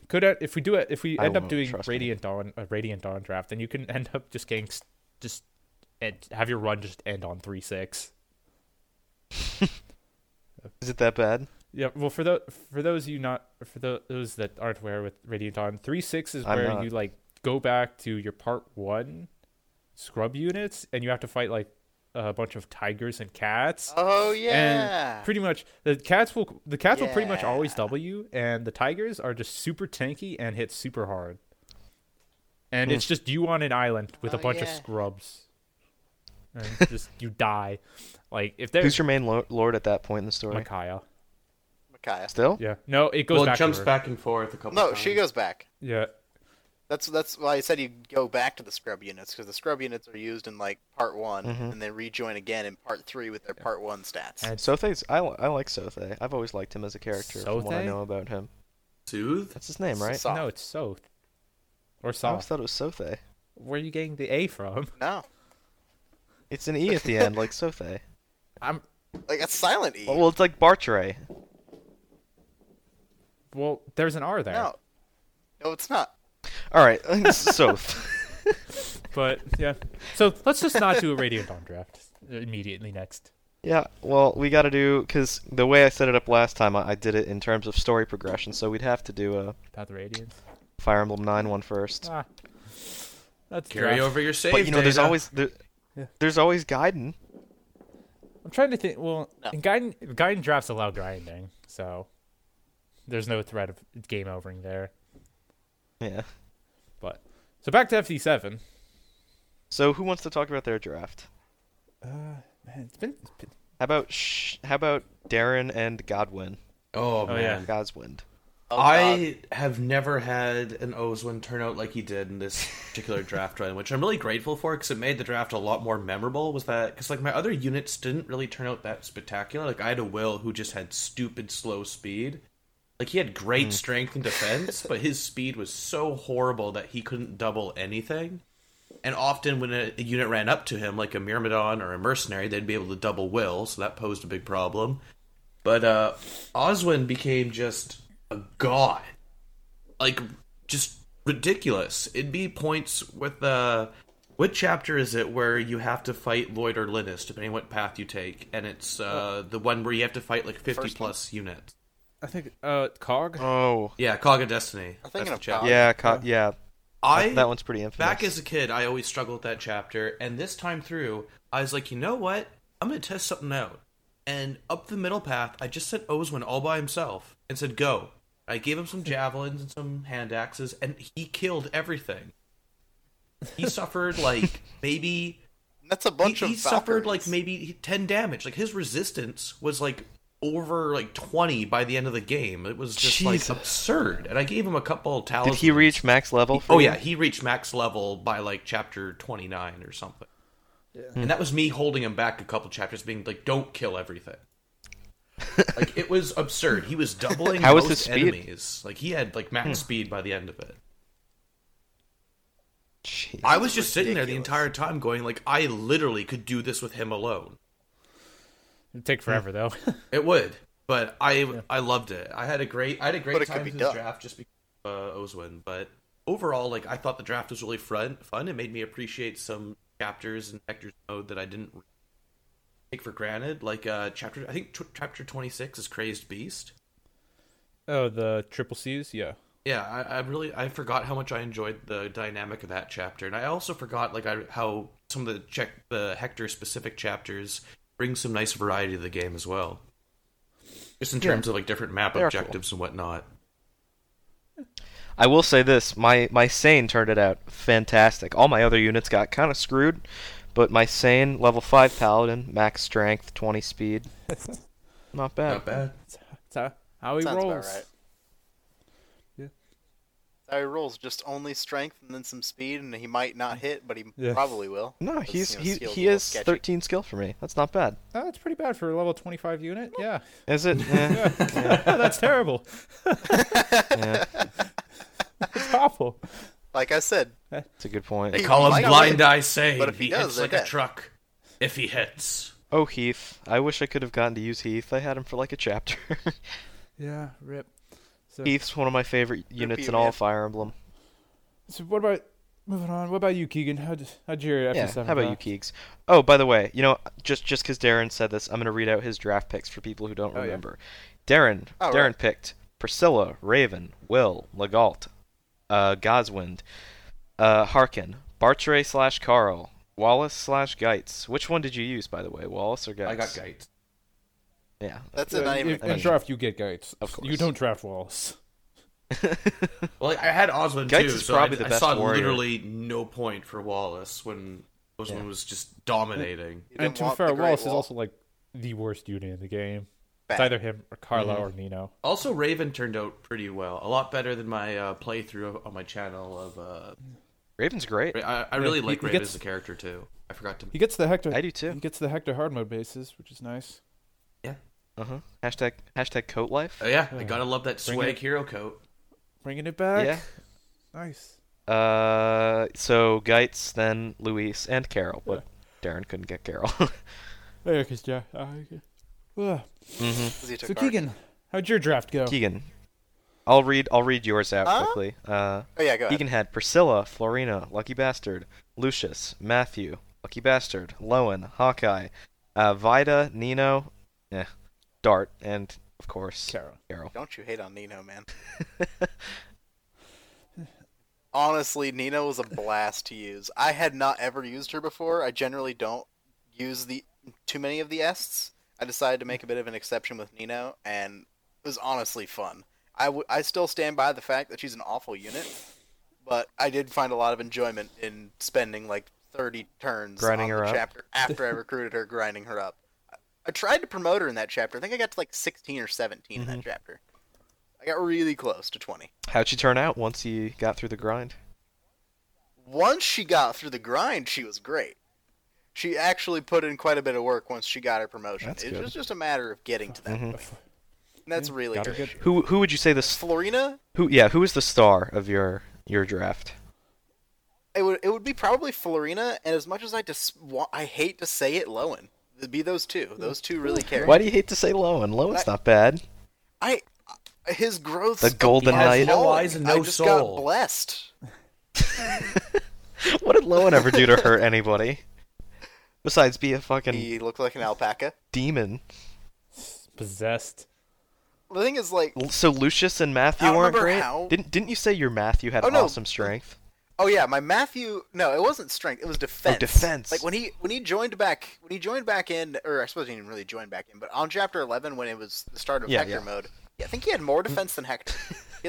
could end, if we do it if we
I
end up
won't,
doing
trust me.
Radiant Dawn a Radiant Dawn draft, then you can end up just getting s- just and have your run just end on three six.
Is it that bad?
Yeah, well, for those for those you not for tho- those that aren't aware with Radiant Dawn, three six is
I'm
where
not.
you like go back to your part one scrub units, and you have to fight like a bunch of tigers and cats.
Oh, yeah.
And pretty much the cats will the cats will pretty much always
Yeah.
double you, and the tigers are just super tanky and hit super hard. And it's just you on an island with a
Hmm. Oh,
bunch of
yeah.
scrubs, and just you die. Like if
Who's
there's
your main lo- lord at that point in the story?
Micaiah,
Micaiah.
Still?
yeah, no, it goes
Well,
back.
it
to
jumps
her.
back and forth a couple.
No,
times.
she goes back.
Yeah,
That's that's why I said you go back to the scrub units because the scrub units are used in like part one
Mm-hmm.
and then rejoin again in part three with their part one stats.
And-
Sothe's I, li- I like Sothe. I've always liked him as a character from what I
Sothe?
know about him.
Soothe.
That's his name, right?
Soft.
No, it's Soth.
I
Or
always
Soth.
thought it was Sothe.
Where are you getting the A from?
No,
It's an E at the end, like Sothe.
like that's silent E.
Well, well, it's like Bartre.
Well, there's an R there.
no, no, it's not.
All right, Soth.
But yeah. So let's just not do a Radiant Dawn draft immediately next.
Yeah, well, we got to do because the way I set it up last time, I, I did it in terms of story progression. So we'd have to do a
Path of Radiance.
Fire Emblem Nine one first.
Ah. That's
Carry
draft.
over your save.
But you know, there's
data.
always there,
Yeah.
there's always Gaiden.
I'm trying to think. Well,
No.
in Gaiden, Gaiden drafts allow grinding, so there's no threat of game overing there.
Yeah.
But so back to FC7.
So who wants to talk about their draft?
Uh, man, it's been. It's been
How about sh- how about Darren and Godwin?
Oh,
oh
man.
yeah.
Goswind.
Oh, God.
I have never had an Oswin turn out like he did in this particular draft run, which I'm really grateful for because it made the draft a lot more memorable. Was that because like my other units didn't really turn out that spectacular? Like I had a Will who just had stupid slow speed. Like he had great strength and defense, but his speed was so horrible that he couldn't double anything. And often when a, a unit ran up to him, like a Myrmidon or a mercenary, they'd be able to double Will, so that posed a big problem. But uh Oswin became just a god. Like just ridiculous. It'd be points with uh what chapter is it where you have to fight Lloyd or Linus, depending what path you take, and it's uh the one where you have to fight like fifty plus units.
I think uh, Cog.
Oh.
Yeah, Cog of Destiny.
I'm
That's
thinking
the
of
chapter.
Cog.
Yeah, co- yeah.
I
That one's pretty infamous.
Back as a kid, I always struggled with that chapter, and this time through, I was like, you know what? I'm gonna test something out. And up the middle path, I just sent Oswin all by himself and said, go. I gave him some javelins and some hand axes, and he killed everything. He suffered like maybe
That's a bunch
he,
of.
he suffered like
Valkyries.
maybe 10 damage like his resistance was like over like 20 by the end of the game it was just
Jesus.
like absurd and i gave him a couple
Did
talismans
he reach max level? For
oh
you?
yeah he reached max level by like chapter 29 or something and that was me holding him back a couple chapters being like don't kill everything like it was absurd he was doubling
How was
most
his speed? Hmm.
enemies like he had like max speed by the end of it
Jeez.
i was just sitting there the
ridiculous.
entire time going like i literally could do this with him alone
It'd take forever though.
It would, but I I loved it. I had a great I had a great
But it could
time
be
in the
done.
draft just because of uh, Oswin. But overall, like I thought the draft was really fun. Fun. It made me appreciate some chapters in Hector's mode that I didn't take for granted. Like uh, chapter I think tw chapter twenty six is Crazed Beast.
Oh, the triple C's. Yeah.
Yeah, I, I really I forgot how much I enjoyed the dynamic of that chapter, and I also forgot like I, how some of the check the Hector specific chapters bring some nice variety to the game as well. Just in terms of like different map
are
objectives and whatnot.
I will say this: my my Sane turned it out fantastic. All my other units got kind of screwed, but my Sane level five paladin, max strength, twenty speed, not bad.
Not bad.
That's how, how he
Sounds
rolls.
about right.
Yeah.
That's How he rolls just only strength and then some speed, and he might not hit, but he
Yeah.
probably will.
No,
'Cause,
he's
you know,
he,
skill's
he
a little
is
sketchy.
thirteen skill for me. That's not bad,
Oh, that's pretty bad for a level 25 unit. Yeah.
is it? Eh,
that's terrible.
yeah,
It's awful.
Like I said,
that's a good point.
Hey,
Call him
Like-
blind eye say
But if he does,
hits
they're
like a
dead.
truck. If he hits.
Oh Heath, I wish I could have gotten to use Heath. I had him for like a chapter.
Yeah, rip. So,
Heath's one of my favorite units
you,
in all
man.
of Fire Emblem.
so what about moving on? What about you, Keegan? How'd, how'd your
Yeah,
FE7
how about you, Keegs? Oh, by the way, you know, just just because Darren said this, I'm gonna read out his draft picks for people who don't
yeah.
remember. Darren,
Oh,
Darren
right.
picked Priscilla, Raven, Will, Legault, uh, Goswind, uh, Harkin, Bartre slash Carl, Wallace slash Geitz. Which one did you use, by the way, Wallace or Geitz?
I got gate.
Yeah.
that's it. Not even. a
In
question.
draft, you get guides.
Of course.
You don't draft walls.
Well, I had Osmond
Geitz
too,
is
so
probably
I,
the
I
best
saw
warrior.
literally no point for Wallace when Osmond was just dominating.
You didn't
And to be
want
fair,
the Great
Wallace is
Wall.
also like the worst unit in the game.
Bad.
It's either him or Carla
Mm-hmm.
or Nino.
Also, Raven turned out pretty well. A lot better than my uh, playthrough of- on my channel of. Uh,
Raven's great.
I, I really
he-
like
he
Raven
gets-
as a character too. I forgot to.
He gets the Hector.
I do too.
He gets the Hector hard mode bases, which is nice.
Uh huh. Hashtag hashtag coat life.
Oh yeah, I gotta love that
Bring
swag
it.
hero coat.
Bringing it back.
Yeah.
Nice.
Uh, so Geitz, then Luis and Carol, but Darren couldn't get Carol.
There, cause yeah.
Uh,
I- Ugh.
'Cause he took
So
Ark.
Keegan, how'd your draft go?
Keegan. I'll read I'll read yours out
Oh. Huh?
quickly. Uh,
Oh yeah, go ahead.
Keegan had Priscilla, Florina, Lucky Bastard, Lucius, Matthew, Lucky Bastard, Lowen, Hawkeye, uh, Vida, Nino, eh, Dart, and of course
Carol.
Carol.
Don't you hate on Nino, man? Honestly, Nino was a blast to use. I had not ever used her before. I generally don't use the too many of the Ests. I decided to make a bit of an exception with Nino, and it was honestly fun. I, w- I still stand by the fact that she's an awful unit, but I did find a lot of enjoyment in spending like 30 turns
Grinding
on
her
the
up.
chapter after I recruited her, grinding her up. I- I tried to promote her in that chapter. I think I got to like 16 or 17 in
Mm-hmm.
that chapter. I got really close to 20.
How'd she turn out once you got through the grind?
once she got through the grind, she was great. She actually put in quite a bit of work once she got her promotion.
That's
it
good. Mm-hmm.
was just a matter of getting to that. point. And that's really
Gotta
her
get-
issue.
Who who would you say the s-
Florina,
who yeah who is the star of your your draft?
it would it would be probably Florina, and as much as I dis- wa- I hate to say it, Lowen. It'd be those two. Those two really carry.
Why do you hate to say Lowen? Lowen's not bad.
I I- his growth.
The golden
has
knight.
No eyes and no
I just
soul.
got blessed.
What did Lowen ever do to hurt anybody? Besides be a fucking
He looked like an alpaca.
demon.
Possessed.
The thing is, like,
L- So Lucius and Matthew
I don't
weren't
remember
great.
how-
Didn't didn't you say your Matthew had
Oh, no.
awesome strength?
Oh yeah, my Matthew. No, it wasn't strength. It was defense.
Oh, defense.
Like when he when he joined back when he joined back in, or I suppose he didn't really join back in, but on chapter eleven when it was the start of
Yeah,
Hector
yeah.
mode, yeah, I think he had more defense than Hector. he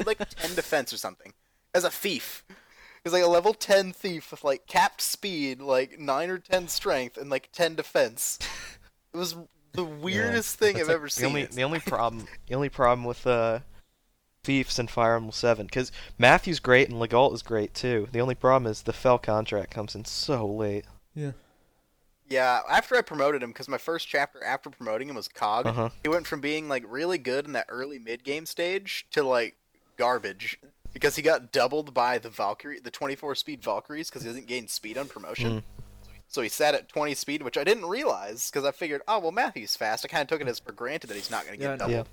had like ten defense or something as a thief. He's like a level ten thief with like capped speed, like nine or ten strength, and like ten defense. It was the weirdest thing I've
That's, like,
ever
the
seen.
Only,
It's-
the only problem the only problem with uh, Thieves and Fire Emblem Seven because Matthew's great and Legault is great too. The only problem is the fell contract comes in so late.
Yeah.
Yeah, after I promoted him, because my first chapter after promoting him was Cog,
Uh-huh.
he went from being like really good in that early mid game stage to like garbage because he got doubled by the Valkyrie, the 24 speed Valkyries, because he doesn't gain speed on promotion. So he sat at 20 speed, which I didn't realize because I figured, oh well, Matthew's fast. I kind of took it as for granted that he's not going to get doubled.
Yeah.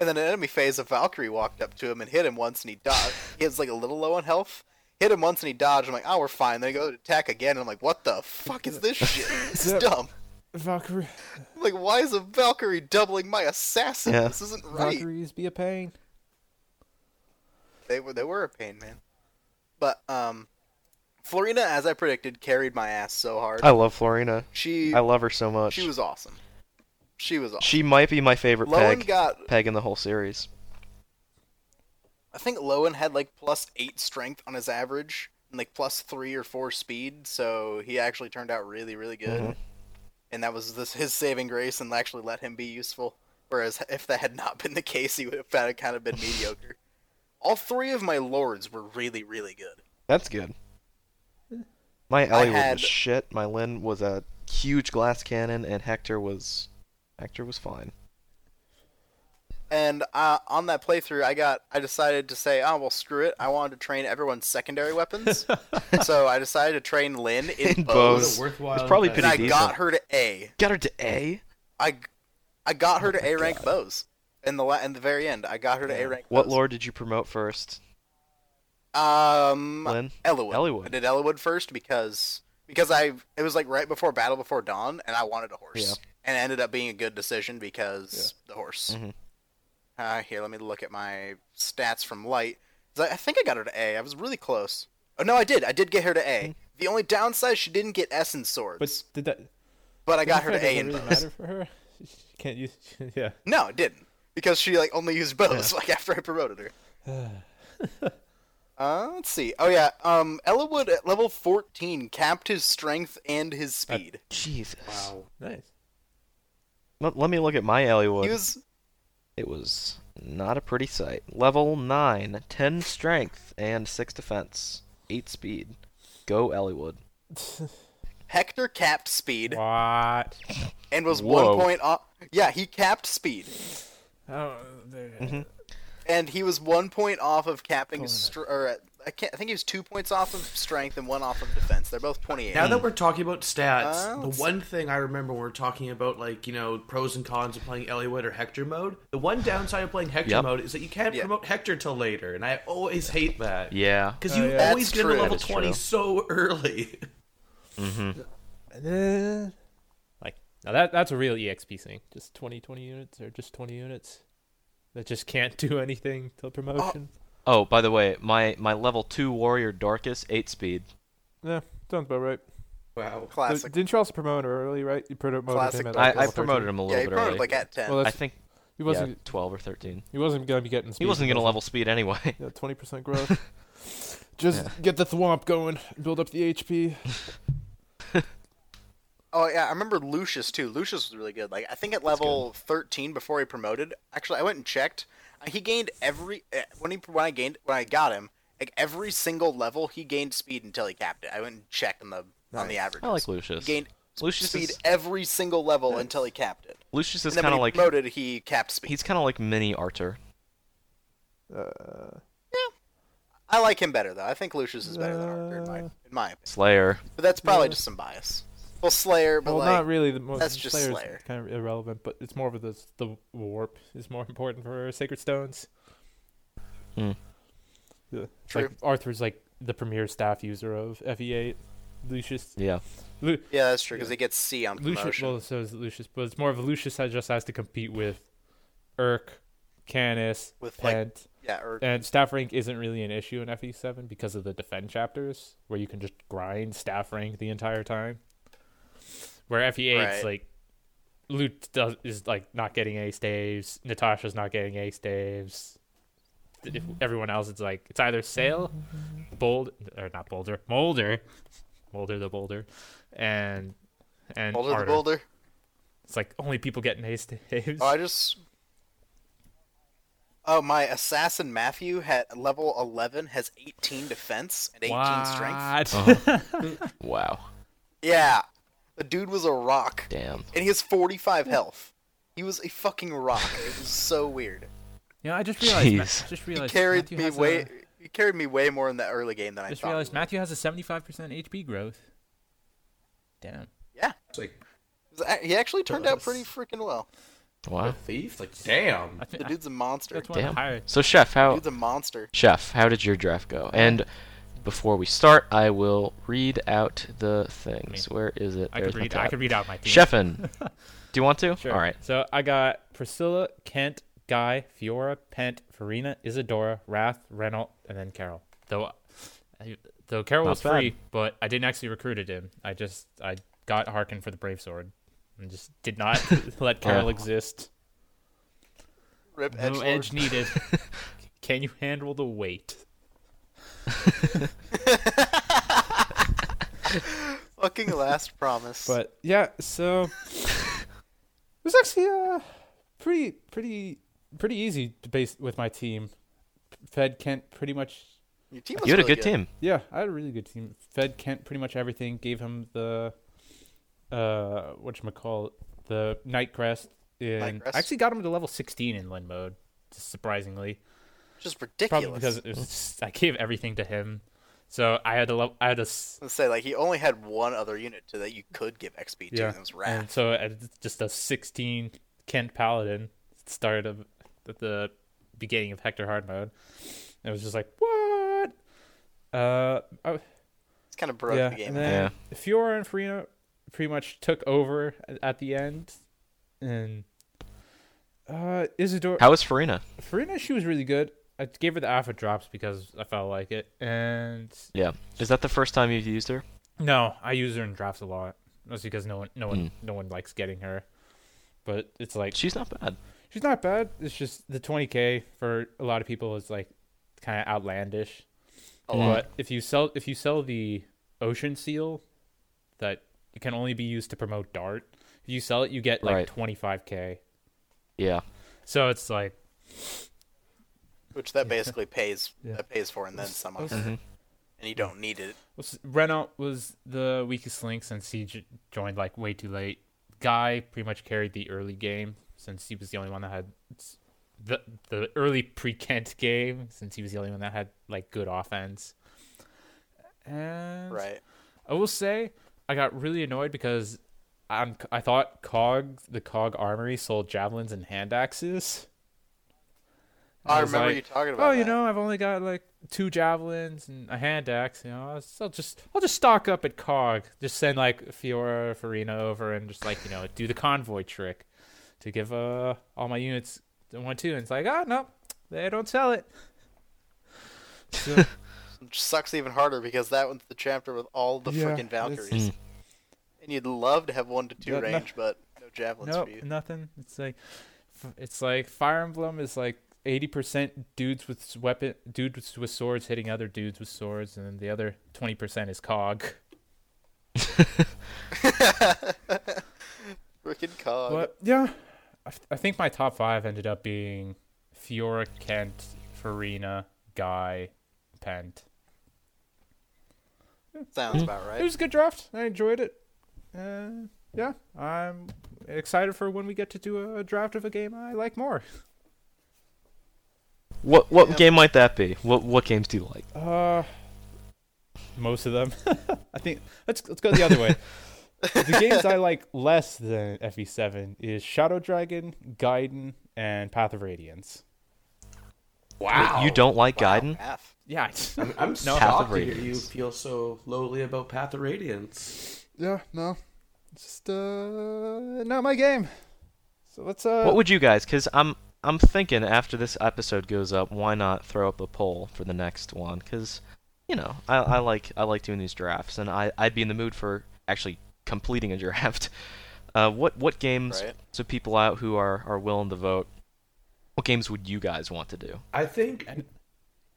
And then an enemy phase, a Valkyrie walked up to him and hit him once, and he dodged. he was like a little low on health. Hit him once and he dodged. I'm like, oh, we're fine. Then I go to attack again, and I'm like, what the fuck is this shit? This is
Yep.
dumb.
Valkyrie.
I'm like, why is a Valkyrie doubling my assassin?
Yeah.
This isn't right.
Valkyries be a pain.
They were they were a pain, man. But um, Florina, as I predicted, carried my ass so hard.
I love Florina.
She
I love her so much.
she was awesome. She was awesome.
She might be my favorite
Lowen
peg.
got
Peg in the whole series.
I think Lowen had like plus eight strength on his average and like plus three or four speed, so he actually turned out really, really good.
Mhm.
And that was this his saving grace and actually let him be useful. Whereas if that had not been the case, he would have had kind of been mediocre. All three of my lords were really, really good.
That's good. My Ellie
had-
was a shit. My Lynn was a huge glass cannon, and Hector was Hector was fine.
And uh, on that playthrough, I got I decided to say, oh well, screw it. I wanted to train everyone's secondary weapons, so I decided to train Lynn in,
In
bows,
bows.
worthwhile.
It's probably
and
pretty
I
decent.
got her to A.
Got her to A.
I, I got her to A rank bows in the la- in the very end. I got her to A rank.
What
bows.
lord did you promote first,
Um,
Lynn?
Elwood.
Elwood.
I did Elwood first because because I it was like right before Battle Before Dawn, and I wanted a horse,
Yeah.
and it ended up being a good decision because the horse.
Mhm.
Uh, here, let me look at my stats from Light. 'Cause I, I think I got her to A. I was really close. Oh no, I did. I did get her to A. The only downside, she didn't get Essence swords,
But
but,
did that?
I got her to
does
A
it
in
really
bows.
matter for her? She can't use. Yeah.
No, it didn't. Because she like only used bows like after I promoted her. uh, let's see. Oh yeah, um, Ellawood at level fourteen capped his strength and his speed.
Jesus.
Wow.
Nice.
Let, let me look at my Elliewood.
he was
It was not a pretty sight. Level 9, 10 strength, and 6 defense, 8 speed. Go Elliewood.
Hector capped speed
What?
and was
Whoa.
one point off. Yeah, he capped speed
Oh, there.
and he was one point off of capping. Str- or uh, I can't. I think he was two points off of strength and one off of defense. They're both twenty-eight.
Now that we're talking about stats,
Uh,
the
let's-
one thing I remember when we're talking about, like, you know, pros and cons of playing Elliot or Hector mode, the one downside of playing Hector
Yep.
mode is that you can't
Yeah.
promote Hector till later, and I always hate that.
Yeah.
Because you
yeah.
always
Uh, That's
get to
true.
level
That
is true.
20 so early.
And then, like now that that's a real exp thing. Just 20, 20 units or just twenty units that just can't do anything till promotion.
Oh, by the way, my, my level 2 warrior Dorcas, 8 speed.
Yeah, sounds about right.
Wow.
Classic.
Didn't you also promote her early, right? You promoted
Classic
him at
I,
like
I
level 13.
promoted him a little
yeah, he
bit
promoted
early.
like at ten.
Well,
I
that's,
think
he
he was
wasn't.
12 or 13.
He wasn't gonna be getting. Speed
He wasn't going to
until-
level speed anyway.
Yeah, twenty percent growth. Just get the thwomp going. Build up the HP.
Oh yeah, I remember Lucius too. Lucius was really good. Like I think at level thirteen before he promoted. Actually, I went and checked. Uh, He gained every eh, when he when I gained when I got him like every single level he gained speed until he capped it. I went and checked on the on the average.
I like
He
Lucius.
gained
Lucius
speed
is-
every single level until he capped it.
Lucius is
and then
kind
when
of
he
like
promoted, he capped speed.
he's kind of like mini Arter.
I like him better though. I think Lucius is better than Arthur in my in my opinion.
Slayer.
But that's probably just some bias. Well, Slayer, but
Well,
like
not really. The most
that's just
Slayer's
Slayer.
Kind of irrelevant, but it's more of the the warp is more important for Sacred Stones.
Hmm.
Yeah. it's
True.
Like Arthur's like the premier staff user of FE8. Lucius,
Yeah.
Lu-
yeah, that's true because he gets C on promotion.
Lucius. Well, so is Lucius, but it's more of Lucius that just has to compete with Irk, Canis,
With, like,
Pent.
yeah, or
and staff rank isn't really an issue in FE7 because of the defend chapters where you can just grind staff rank the entire time. Where FE8
Right.
is like Loot does is like not getting ace staves, Natasha's not getting ace staves. If everyone else it's like it's either Sale, Bold or not Boulder, Molder, Molder the Boulder, and and
Boulder the
Arter.
Boulder.
It's like only people getting ace staves.
Oh, I just. Oh, my assassin Matthew had level eleven has eighteen defense and eighteen strength.
What?
Wow.
Yeah, the dude was a rock,
Damn.
and he has forty-five health. He was a fucking rock. It was so weird.
You know, I just realized. Ma-
Jeez.
just
He
realized
carried
Matthew
me
has
way.
A,
He carried me way more in the early game than I
just
thought.
realized Matthew has a 75% HP growth. Damn.
Yeah,
It's like
he actually turned out pretty freaking well.
a
Wow.
thief? Like, damn.
I think
The dude's a monster.
that's one of the
Damn.
higher.
So Chef, how
Dude's a monster.
Chef, how did your draft go? And before we start, I will read out the things. Where is it?
I
There's
could
my
read. I
tab.
could read out my team.
Sheffin, do you want to? All right.
So I got Priscilla, Kent, Guy, Fiora, Pent, Farina, Isadora, Wrath, Renault, and then Carol. Though, I, though Carol
Not
was free, but I didn't actually recruited him. I just I got Harkin for the Brave Sword, and just did not let Carol
Oh.
exist.
Rip
No
Edgelord.
edge needed. Can you handle the weight?
Fucking last promise.
But yeah, so it was actually uh pretty pretty pretty easy to base with my team. Fed Kent pretty much
Your team was
You had a
really
good team.
yeah, I had a really good team. Fed Kent pretty much everything, gave him the uh whatchamacallit, the night crest in
Crest?
I actually got him to level sixteen in Lin mode, surprisingly.
Just ridiculous.
Probably because it was I gave everything to him. So I had to level I had to s-
Let's say like he only had one other unit to that you could give XP to,
Yeah,
and it was
And
Wrath.
so uh, just a 16 Kent Paladin started of at the beginning of Hector Hard mode. And it was just like, what? Uh, oh,
It's kind of broke
yeah.
the game.
And then Fiora and Farina pretty much took over a- at the end. And uh, Isidore.
How was Farina?
Farina, she was really good. I gave her the alpha drops because I felt like it. And
Yeah. Is that the first time you've used her?
No, I use her in drafts a lot. That's because no one, no one,
Mm.
no one likes getting her. But it's like
She's not bad.
She's not bad. It's just the 20k for a lot of people is like kind of outlandish.
A lot.
But if you sell if you sell the ocean seal that it can only be used to promote dart, if you sell it you get like
Right.
25k.
Yeah.
So it's like
Which that basically pays
Yeah.
that pays for and then some on her,
Mm-hmm.
Mhm.
and you don't need it.
was- Renault was the weakest link since he j- joined like way too late. Guy pretty much carried the early game since he was the only one that had s- the the early pre Kent game since he was the only one that had like good offense. And
Right.
I will say I got really annoyed because I'm I thought Cog the Cog Armory sold javelins and hand axes. And
I,
was
remember
like,
you talking about.
Oh, you
that.
know, I've only got like two javelins and a hand axe. You know, I'll s- I'll just I'll just stock up at Cog. Just send like Fiora, or Farina over, and just like you know, do the convoy trick to give uh all my units the one two. And it's like, oh no, they don't sell it. So,
Which sucks even harder because that one's the chapter with all the
Yeah,
freaking
it's-
Valkyries.
Mm.
And you'd love to have one to two
Yeah, no-
range, but no javelins
nope,
for you.
nothing. It's like f- it's like Fire Emblem is like eighty percent dudes with s- weapon dudes with swords hitting other dudes with swords, and then the other twenty percent is Cog.
Freaking cog.
But yeah, I, th- I think my top five ended up being Fiora, Kent, Farina, Guy, Pent.
Sounds about
It
right.
was a good draft. I enjoyed it. Uh, yeah, I'm excited for when we get to do a draft of a game I like more.
What what
Yeah.
game might that be? What what games do you like?
Uh, most of them. I think let's let's go the other way. the games I like less than FE7 is Shadow Dragon, Gaiden, and Path of Radiance.
Wait, you don't like
Wow,
Gaiden?
half.
Yeah,
I'm, I'm
Path
shocked
of
to hear you
Radiance.
feel so lowly about Path of Radiance.
Yeah, no. It's just uh not my game. So let's uh
What would you guys? Because I'm I'm thinking after this episode goes up, why not throw up a poll for the next one? Because you know I, I like I like doing these drafts, and I I'd be in the mood for actually completing a draft. Uh, what what games?
Right.
So people out who are are willing to vote, what games would you guys want to do?
I think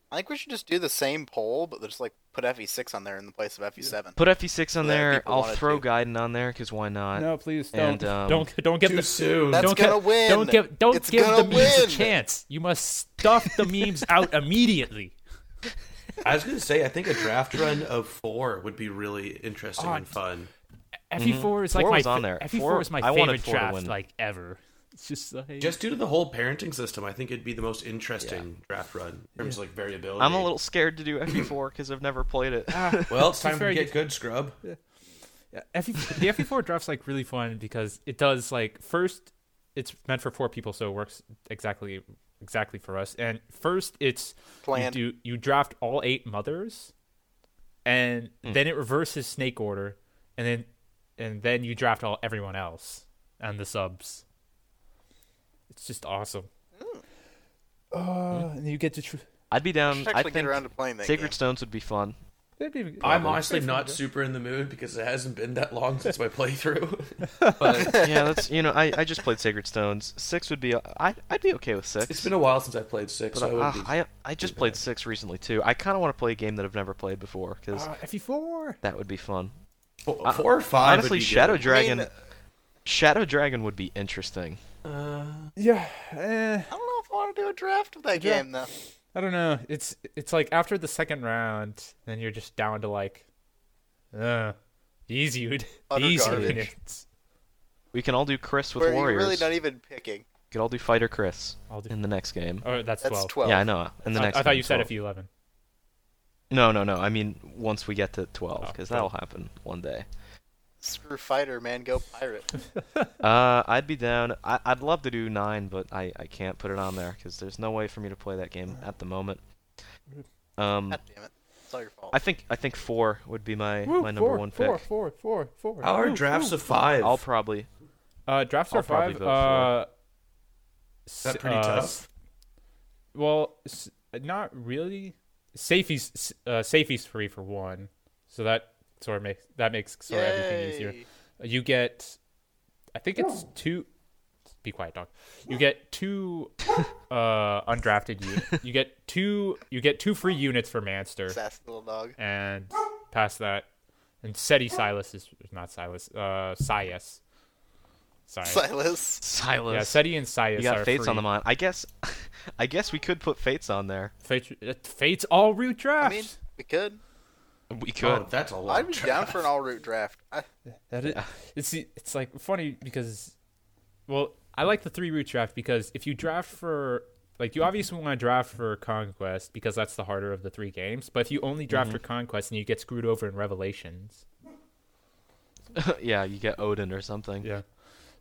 I think we should just do the same poll, but just like put FE6 on there in the place of E FE7.
Put FE6 on
Yeah,
there.
people
I'll
wanted
throw
to.
Gaiden on there because why not?
No, please
And,
don't
um,
don't don't give
too
the
soon.
That's
don't
gonna
give,
win.
Don't give don't
It's
give
gonna
the memes
win.
a chance. You must stuff the memes out immediately.
I was gonna say I think a draft run of four would be really interesting and fun.
FE4 E is
Mm-hmm.
like
Four
my
was on
fa-
there.
FE4
Four-
is my
I wanted
favorite
four to
draft
win.
like ever. It's just like
Just due to the whole parenting system, I think it'd be the most interesting draft run in terms of like variability.
I'm a little scared to do FE4 because I've never played it.
Ah,
Well, it's time
fair,
to
you-
get good, scrub.
FE, Uh, E, the FE4 draft's like really fun because it does like first it's meant for four people so it works exactly exactly for us. And first it's
Planned.
you do you draft all eight mothers and
Hmm.
then it reverses snake order and then and then you draft all everyone else and the subs. It's just awesome. Uh,
Mm-hmm.
and you get to. Tr-
I'd be
I
down.
should
I
actually
think
get around to playing that
Sacred
game.
Stones would be fun.
that'd be-
I'm
Probably.
honestly
Pretty
not
fun,
super in the mood because it hasn't been that long since my playthrough. but
yeah, that's you know, I, I just played Sacred Stones. Six would be uh, I I'd be okay with six.
it's been a while since I played six,
but,
so I
uh,
would be.
I I just played six recently too. I kind of want to play a game that I've never played before
though.
because
Uh, FE4.
that would be fun.
Four,
I-
four or five. would
Honestly,
be
Shadow
good.
Dragon,
I mean,
Shadow Dragon would be interesting.
Uh,
Yeah. Eh,
I don't know if I want to do a draft of that
Yeah.
game though.
I don't know. It's it's like after the second round, then you're just down to like, uh, these you'd
Utter
these
garbage.
units.
We can all do Chris with
Where
warriors.
you're really
e-
not even picking.
We could all do Fighter Chris
I'll do.
in the next game.
Oh, that's,
That's
12.
twelve.
Yeah, I know. In the
I,
next.
I thought
game,
you said
12.
FE11.
No, no, no. I mean, once we get to twelve,
Oh,
because
okay.
that'll happen one day.
Screw fighter, man. Go pirate.
Uh, I'd be down. I, I'd love to do nine, but I, I can't put it on there because there's no way for me to play that game at the moment. Um,
God damn it. It's all your fault.
I think I think four would be my
Woo,
my number
four,
one
four,
pick. Oh.
four, four, four.
how are
Woo,
drafts
woo.
of five?
I'll probably
Uh, drafts
Oh,
I'll
are
probably
five.
vote
Uh,
Is that pretty
uh,
tough?
Well, s- not really. Safety's s- uh, safety's free for one, so that sort of makes that makes sort of everything easier.
Yay.
You get, I think it's
Oh.
two. Be quiet, dog. You get two uh, undrafted units. You get two. You get two free units for Manster,
Sassy little dog.
and past that, and Seti Silas is not Silas. Uh, Sias. Sorry.
Silas.
Silas.
yeah, Seti and Sias
you got
are
Fates
free.
on the mind. I guess, I guess we could put Fates on there.
Fates, uh, Fates all root
I
drafts.
mean, we could.
We
Oh, that's a lot.
I'd
of
be
drafts.
down for an all route draft. I,
That is, it's it's like funny because, well, I like the three root draft because if you draft for like you obviously want to draft for conquest because that's the harder of the three games. But if you only draft
Mm-hmm.
for conquest and you get screwed over in revelations,
yeah, you get Odin or something.
yeah.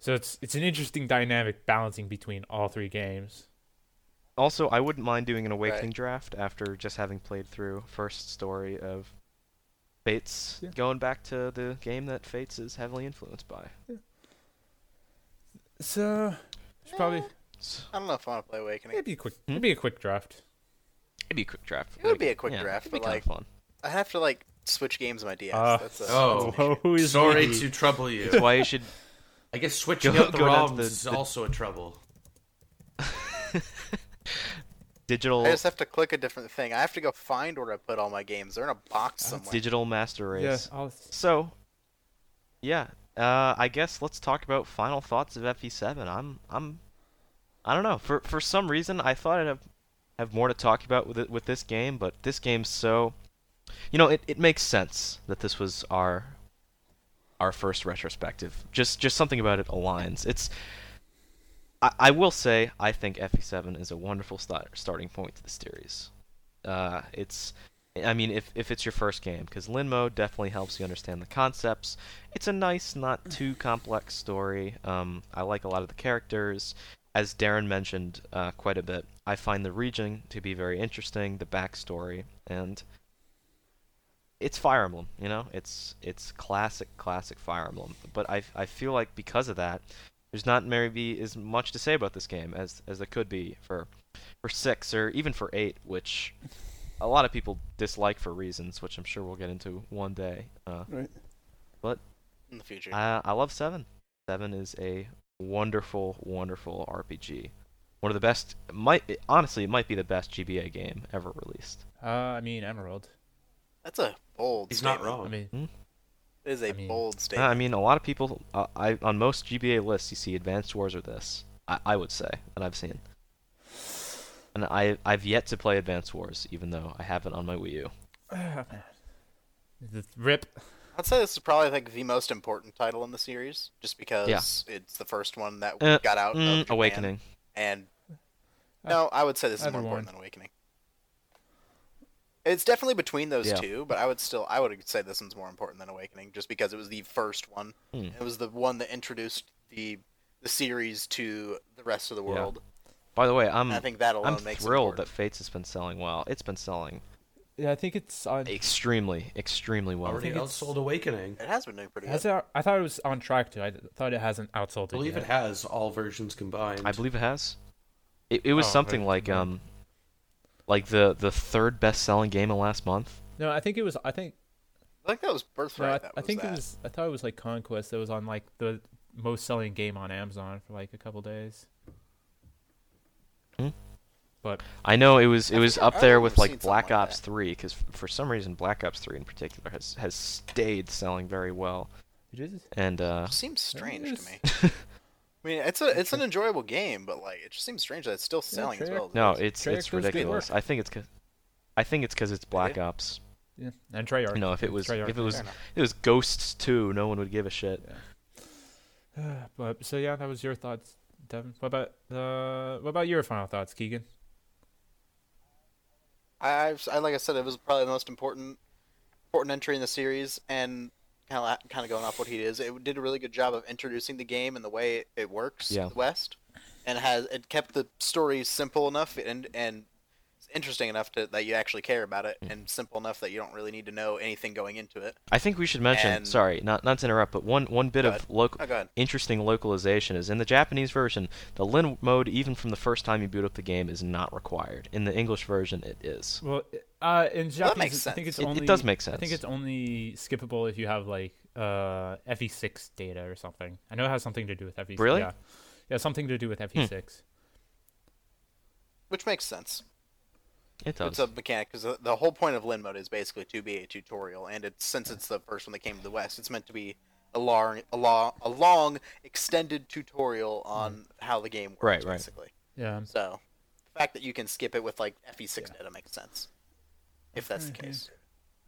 So it's it's an interesting dynamic balancing between all three games.
Also, I wouldn't mind doing an awakening
Right.
draft after just having played through first story of Fates,
Yeah.
going back to the game that Fates is heavily influenced by.
So it's probably
So-
I don't know if I want to play Awakening.
it'd be a quick it'd be a quick draft.
It'd be a quick draft.
It would be a quick
Yeah,
draft,
it'd be
but,
kinda
like-
fun.
I have to like switch games on my DS.
Uh,
that's a,
Oh.
that's an issue.
who is
Sorry
me?
to trouble you.
That's why you should.
I guess switching
Go-
up the
go down to
ROMs
the-
is
the-
also a trouble.
Digital
I just have to click a different thing. I have to go find where I put all my games. They're in a box somewhere.
digital master
Yeah,
race.
I'll,
So, yeah, uh, I guess let's talk about final thoughts of FE7. I'm, I'm, I don't know. For for some reason, I thought I'd have, have more to talk about with it, with this game, but this game's so, you know, it, it makes sense that this was our, our first retrospective. Just just something about it aligns. It's. I, I will say I think FE7 is a wonderful start, starting point to the series. Uh, it's I mean, if if it's your first game, because Linmo definitely helps you understand the concepts. It's a nice, not too complex story. Um, I like a lot of the characters. As Darren mentioned uh, quite a bit, I find the region to be very interesting, the backstory, and it's Fire Emblem. You know, it's it's classic, classic Fire Emblem. But I I feel like because of that, there's not maybe as much to say about this game as as there could be for for six or even for eight, which a lot of people dislike for reasons, which I'm sure we'll get into one day. Uh,
in the future.
I, I love Seven. Seven is a wonderful, wonderful RPG. One of the best. Might it- honestly, it might be the best GBA game ever released.
uh, I mean Emerald.
that's a bold.
He's not
statement.
wrong.
I mean
It is a
I mean-
bold
Uh,
statement.
I mean, a lot of people. Uh, I on most GBA lists, you see Advanced Wars or this. I, I would say that I've seen. And I I've yet to play Advanced Wars, even though I have it on my Wii U.
the rip.
I'd say this is probably like the most important title in the series, just because it's the first one that
Uh,
got out.
Mm,
of Japan,
Awakening.
And no, I would say this is
either
more important
one.
than Awakening. It's definitely between those
Yeah.
two, but I would still I would say this one's more important than Awakening, just because it was the first one.
Hmm.
It was the one that introduced the the series to the rest of the
Yeah.
world.
By the way, I'm
And I think that alone
I'm
makes
thrilled
it
that Fates has been selling well. It's been selling
Yeah, I think it's on.
extremely, extremely well.
Already
think it's-
outsold Awakening.
that it has been doing pretty
Has
good.
it, I thought it was on track to. I thought it hasn't outsold
I believe
yet.
it has all versions combined.
I believe it has. It, it was
Oh,
something
right.
like um, like the the third best selling game of last month.
No, I think it was. I think.
I think that was
No,
Birthright.
I,
that
I
was
think
that.
it was. I thought it was like Conquest that was on like the most selling game on Amazon for like a couple days.
Hmm? I know it was it
I
was
think I-
up
I
there
remember
with like
seeing something
Black
like
Ops 3 cuz for some reason Black Ops 3 in particular has has stayed selling very well.
It is.
And uh
It seems strange to
is-
me. I mean, it's a it's an enjoyable game, but like it just seems strange that it's still selling as
Treyarch-
well. as it
no,
is.
it's
Treyarch
it's
does good
ridiculous. I think it's cause, I think it's cuz it's Black Ops.
Yeah. And Treyarch.
You know, if it was
Treyarch,
if it was
fair
if
enough.
it was Ghosts 2, no one would give a shit.
But so yeah, that was your thoughts, Devin. What about uh, what about your final thoughts, Keegan?
I, I've- I like I said, it was probably the most important important entry in the series, and kind of kind of going off what he is, it did a really good job of introducing the game and the way it, it works.
Yeah.
in the West, and has it kept the story simple enough and and interesting enough to, that you actually care about it, and simple enough that you don't really need to know anything going into it.
I think we should mention,
And-
sorry, not not to interrupt, but one one bit
Go
of
ahead.
local
Oh, go ahead.
interesting localization is in the Japanese version, the Lin mode even from the first time you boot up the game is not required. In the English version it is.
Well, uh, in Japanese,
makes
I think
sense.
it's
It- it
only.
does make
I think
sense.
it's only skippable if you have like uh FE6 data or something. I know it has something to do with FE6.
Really? Hmm.
Yeah, yeah something to do with E FE6.
Which makes sense.
It does.
It's a mechanic because the, the whole point of Lin mode is basically to be a tutorial, and it's since it's the first one that came to the West, it's meant to be a long, a long, a long extended tutorial on how the game works,
Right, right.
basically.
Yeah.
So, the fact that you can skip it with like FE6 data makes sense, if that's the case.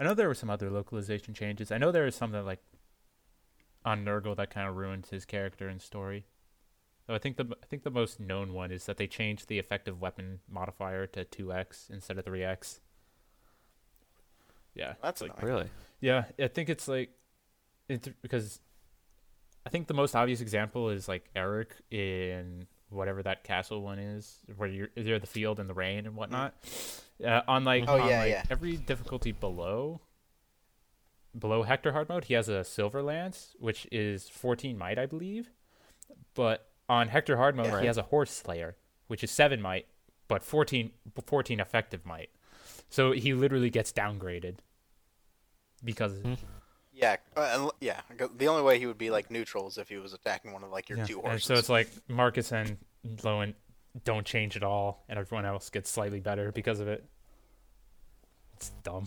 I know there were some other localization changes. I know there was something like on Nurgle that kind of ruined his character and story. Though I think the I think the most known one is that they changed the effective weapon modifier to two X instead of three X. Yeah,
That's
like,
annoying.
really.
yeah. I think it's like it's because I think the most obvious example is like Eric in whatever that castle one is, where you're you're the field and the rain and whatnot. Uh, on like
Oh,
on,
yeah,
like,
yeah.
every difficulty below below Hector hard mode, he has a silver lance, which is 14 might, I believe. But on Hector hard mode, he has a horse slayer, which is 7 might, but 14 b- 14 effective might. So he literally gets downgraded because
Yeah, uh, and- yeah. The only way he would be like neutral is if he was attacking one of like your
Yeah,
two
and
horses.
so it's like Marcus and Lowen don't change at all, and everyone else gets slightly better because of it. It's dumb.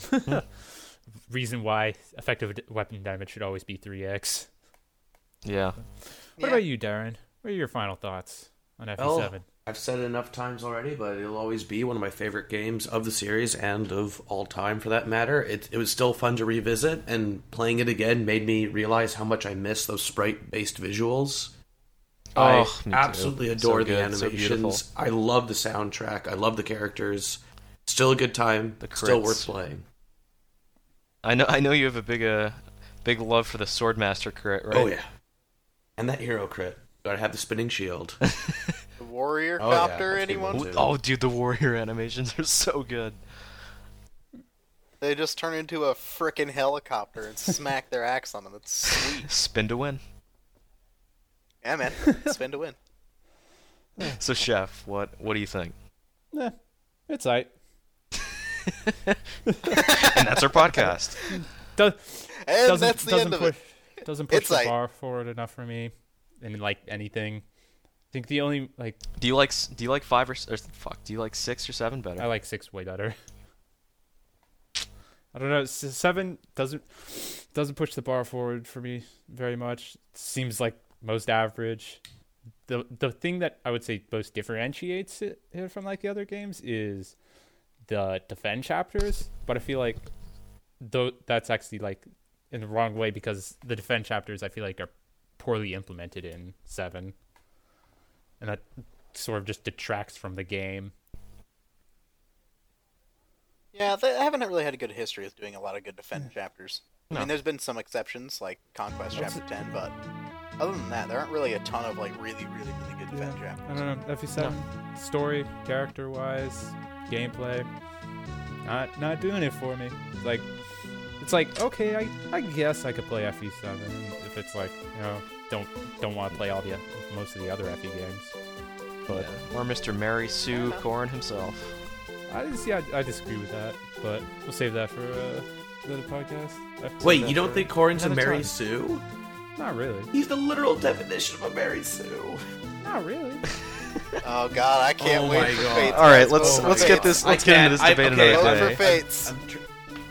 Reason why effective d- weapon damage should always be three X.
Yeah.
What
Yeah.
about you, Darren? What are your final thoughts on FE
Well,
seven?
Oh, I've said it enough times already, but it'll always be one of my favorite games of the series and of all time for that matter. It, it was still fun to revisit, and playing it again made me realize how much I miss those sprite based visuals. I
Oh, me too.
absolutely
So
adore the
good, so beautiful.
animations. I love the soundtrack. I love the characters. Still a good time.
The
Still
crits.
worth playing.
I know I know you have a big uh big love for the Swordmaster crit, right?
Oh, yeah. And that hero crit. Gotta have the spinning shield.
the warrior
Oh, yeah,
copter,
that's a good
anyone?
one.
W- Oh dude, the warrior animations are so good.
They just turn into a frickin' helicopter and smack their axe on them. It's sweet.
Spin to win.
Yeah, man. Spin to win.
So chef, what what do you think?
Nah,
Oh.
it's alright.
And that's our podcast.
Does,
And
doesn't
that's the
doesn't
end of
push
it.
doesn't push
It's
the
like-
bar forward enough for me, in like anything. I think the only like
Do you like s- do you like 5 or, s- or fuck, do you like 6 or 7 better?
I like six way better. I don't know. s- Seven doesn't doesn't push the bar forward for me very much. Seems like most average. The the thing that I would say most differentiates it here from like the other games is the defend chapters. But I feel like though that's actually like in the wrong way because the defend chapters I feel like are poorly implemented in seven, and that sort of just detracts from the game.
Yeah, they I haven't really had a good history with doing a lot of good defend chapters. I mean, there's been some exceptions, like Conquest Chapter 10, but other than that, there aren't really a ton of, like, really, really, really good defend chapters.
I don't
E
know. FE7 story, character wise, gameplay, not not doing it for me. Like, it's like okay, I, I guess I could play
E
FE7
E
if it's like you know don't don't want to play all the most of the other FE games.
But
Or Mr. Mary Sue
Yeah.
Corn himself.
I see. I, I disagree with that. But we'll save that for uh, another podcast. I've-
Wait, you don't think Corin's a
Another
Mary
time.
Sue?
Not really.
He's the literal definition of a Mary Sue.
Not really.
Oh god, I can't
Oh
wait
my
for
God.
fates.
All right,
guys.
let's
Vote for
let's get
fates.
this
I
let's get into
can't-
this
I-
debate
okay,
another
Vote
day.
for fates.
I'm tr-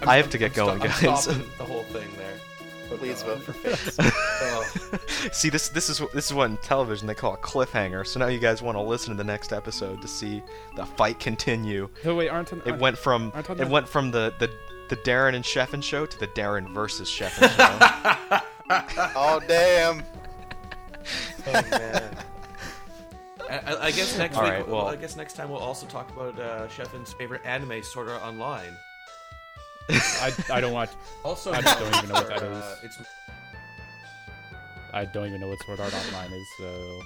I have to get
sto-
going,
I'm
guys.
stopping the whole thing there. Oh,
Please
God.
vote for fates.
Oh.
See this this is this is what in television they call a cliffhanger. So now you guys want to listen to the next episode to see the fight continue.
No, wait, aren't on-
It went from
I thought
it
that-
went from the the the Darren and Sheffin show to the Darren versus Sheffin show.
oh damn.
I, I- I guess next
All
week.
right,
well,
well-
I guess next time we'll also talk about uh, Sheffen's favorite anime, Sword Art Online.
I, I don't watch.
Also,
I just don't even know what that
uh,
is.
it's
I don't even know what Sword Art Online is. So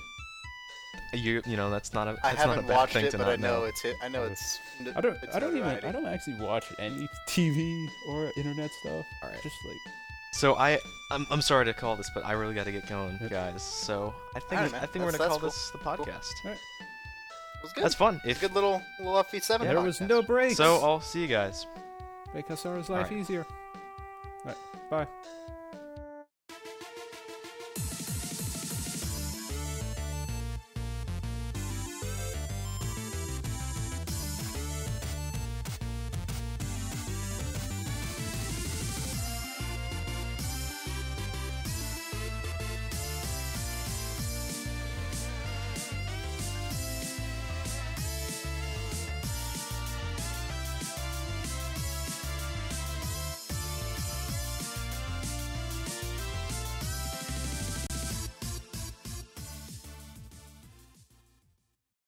you you know that's not a
I
that's not a
haven't
bad
watched
thing
it,
to
but
not
I know, it's hit. I know it's.
I don't.
It's
I don't even.
notoriety.
I don't actually watch any TV or internet stuff.
All right.
Just like
So I I'm, I'm sorry to call this, but I really got to get going, guys. So I think
Alright, man.
I think we're
That's-
gonna
that's
call
cool.
this the podcast.
It was good.
That's fun.
It's a
If
good little little FE7.
there was
podcast.
no breaks.
so, I'll see you guys.
make Hasara's life
Alright.
easier. All right, bye.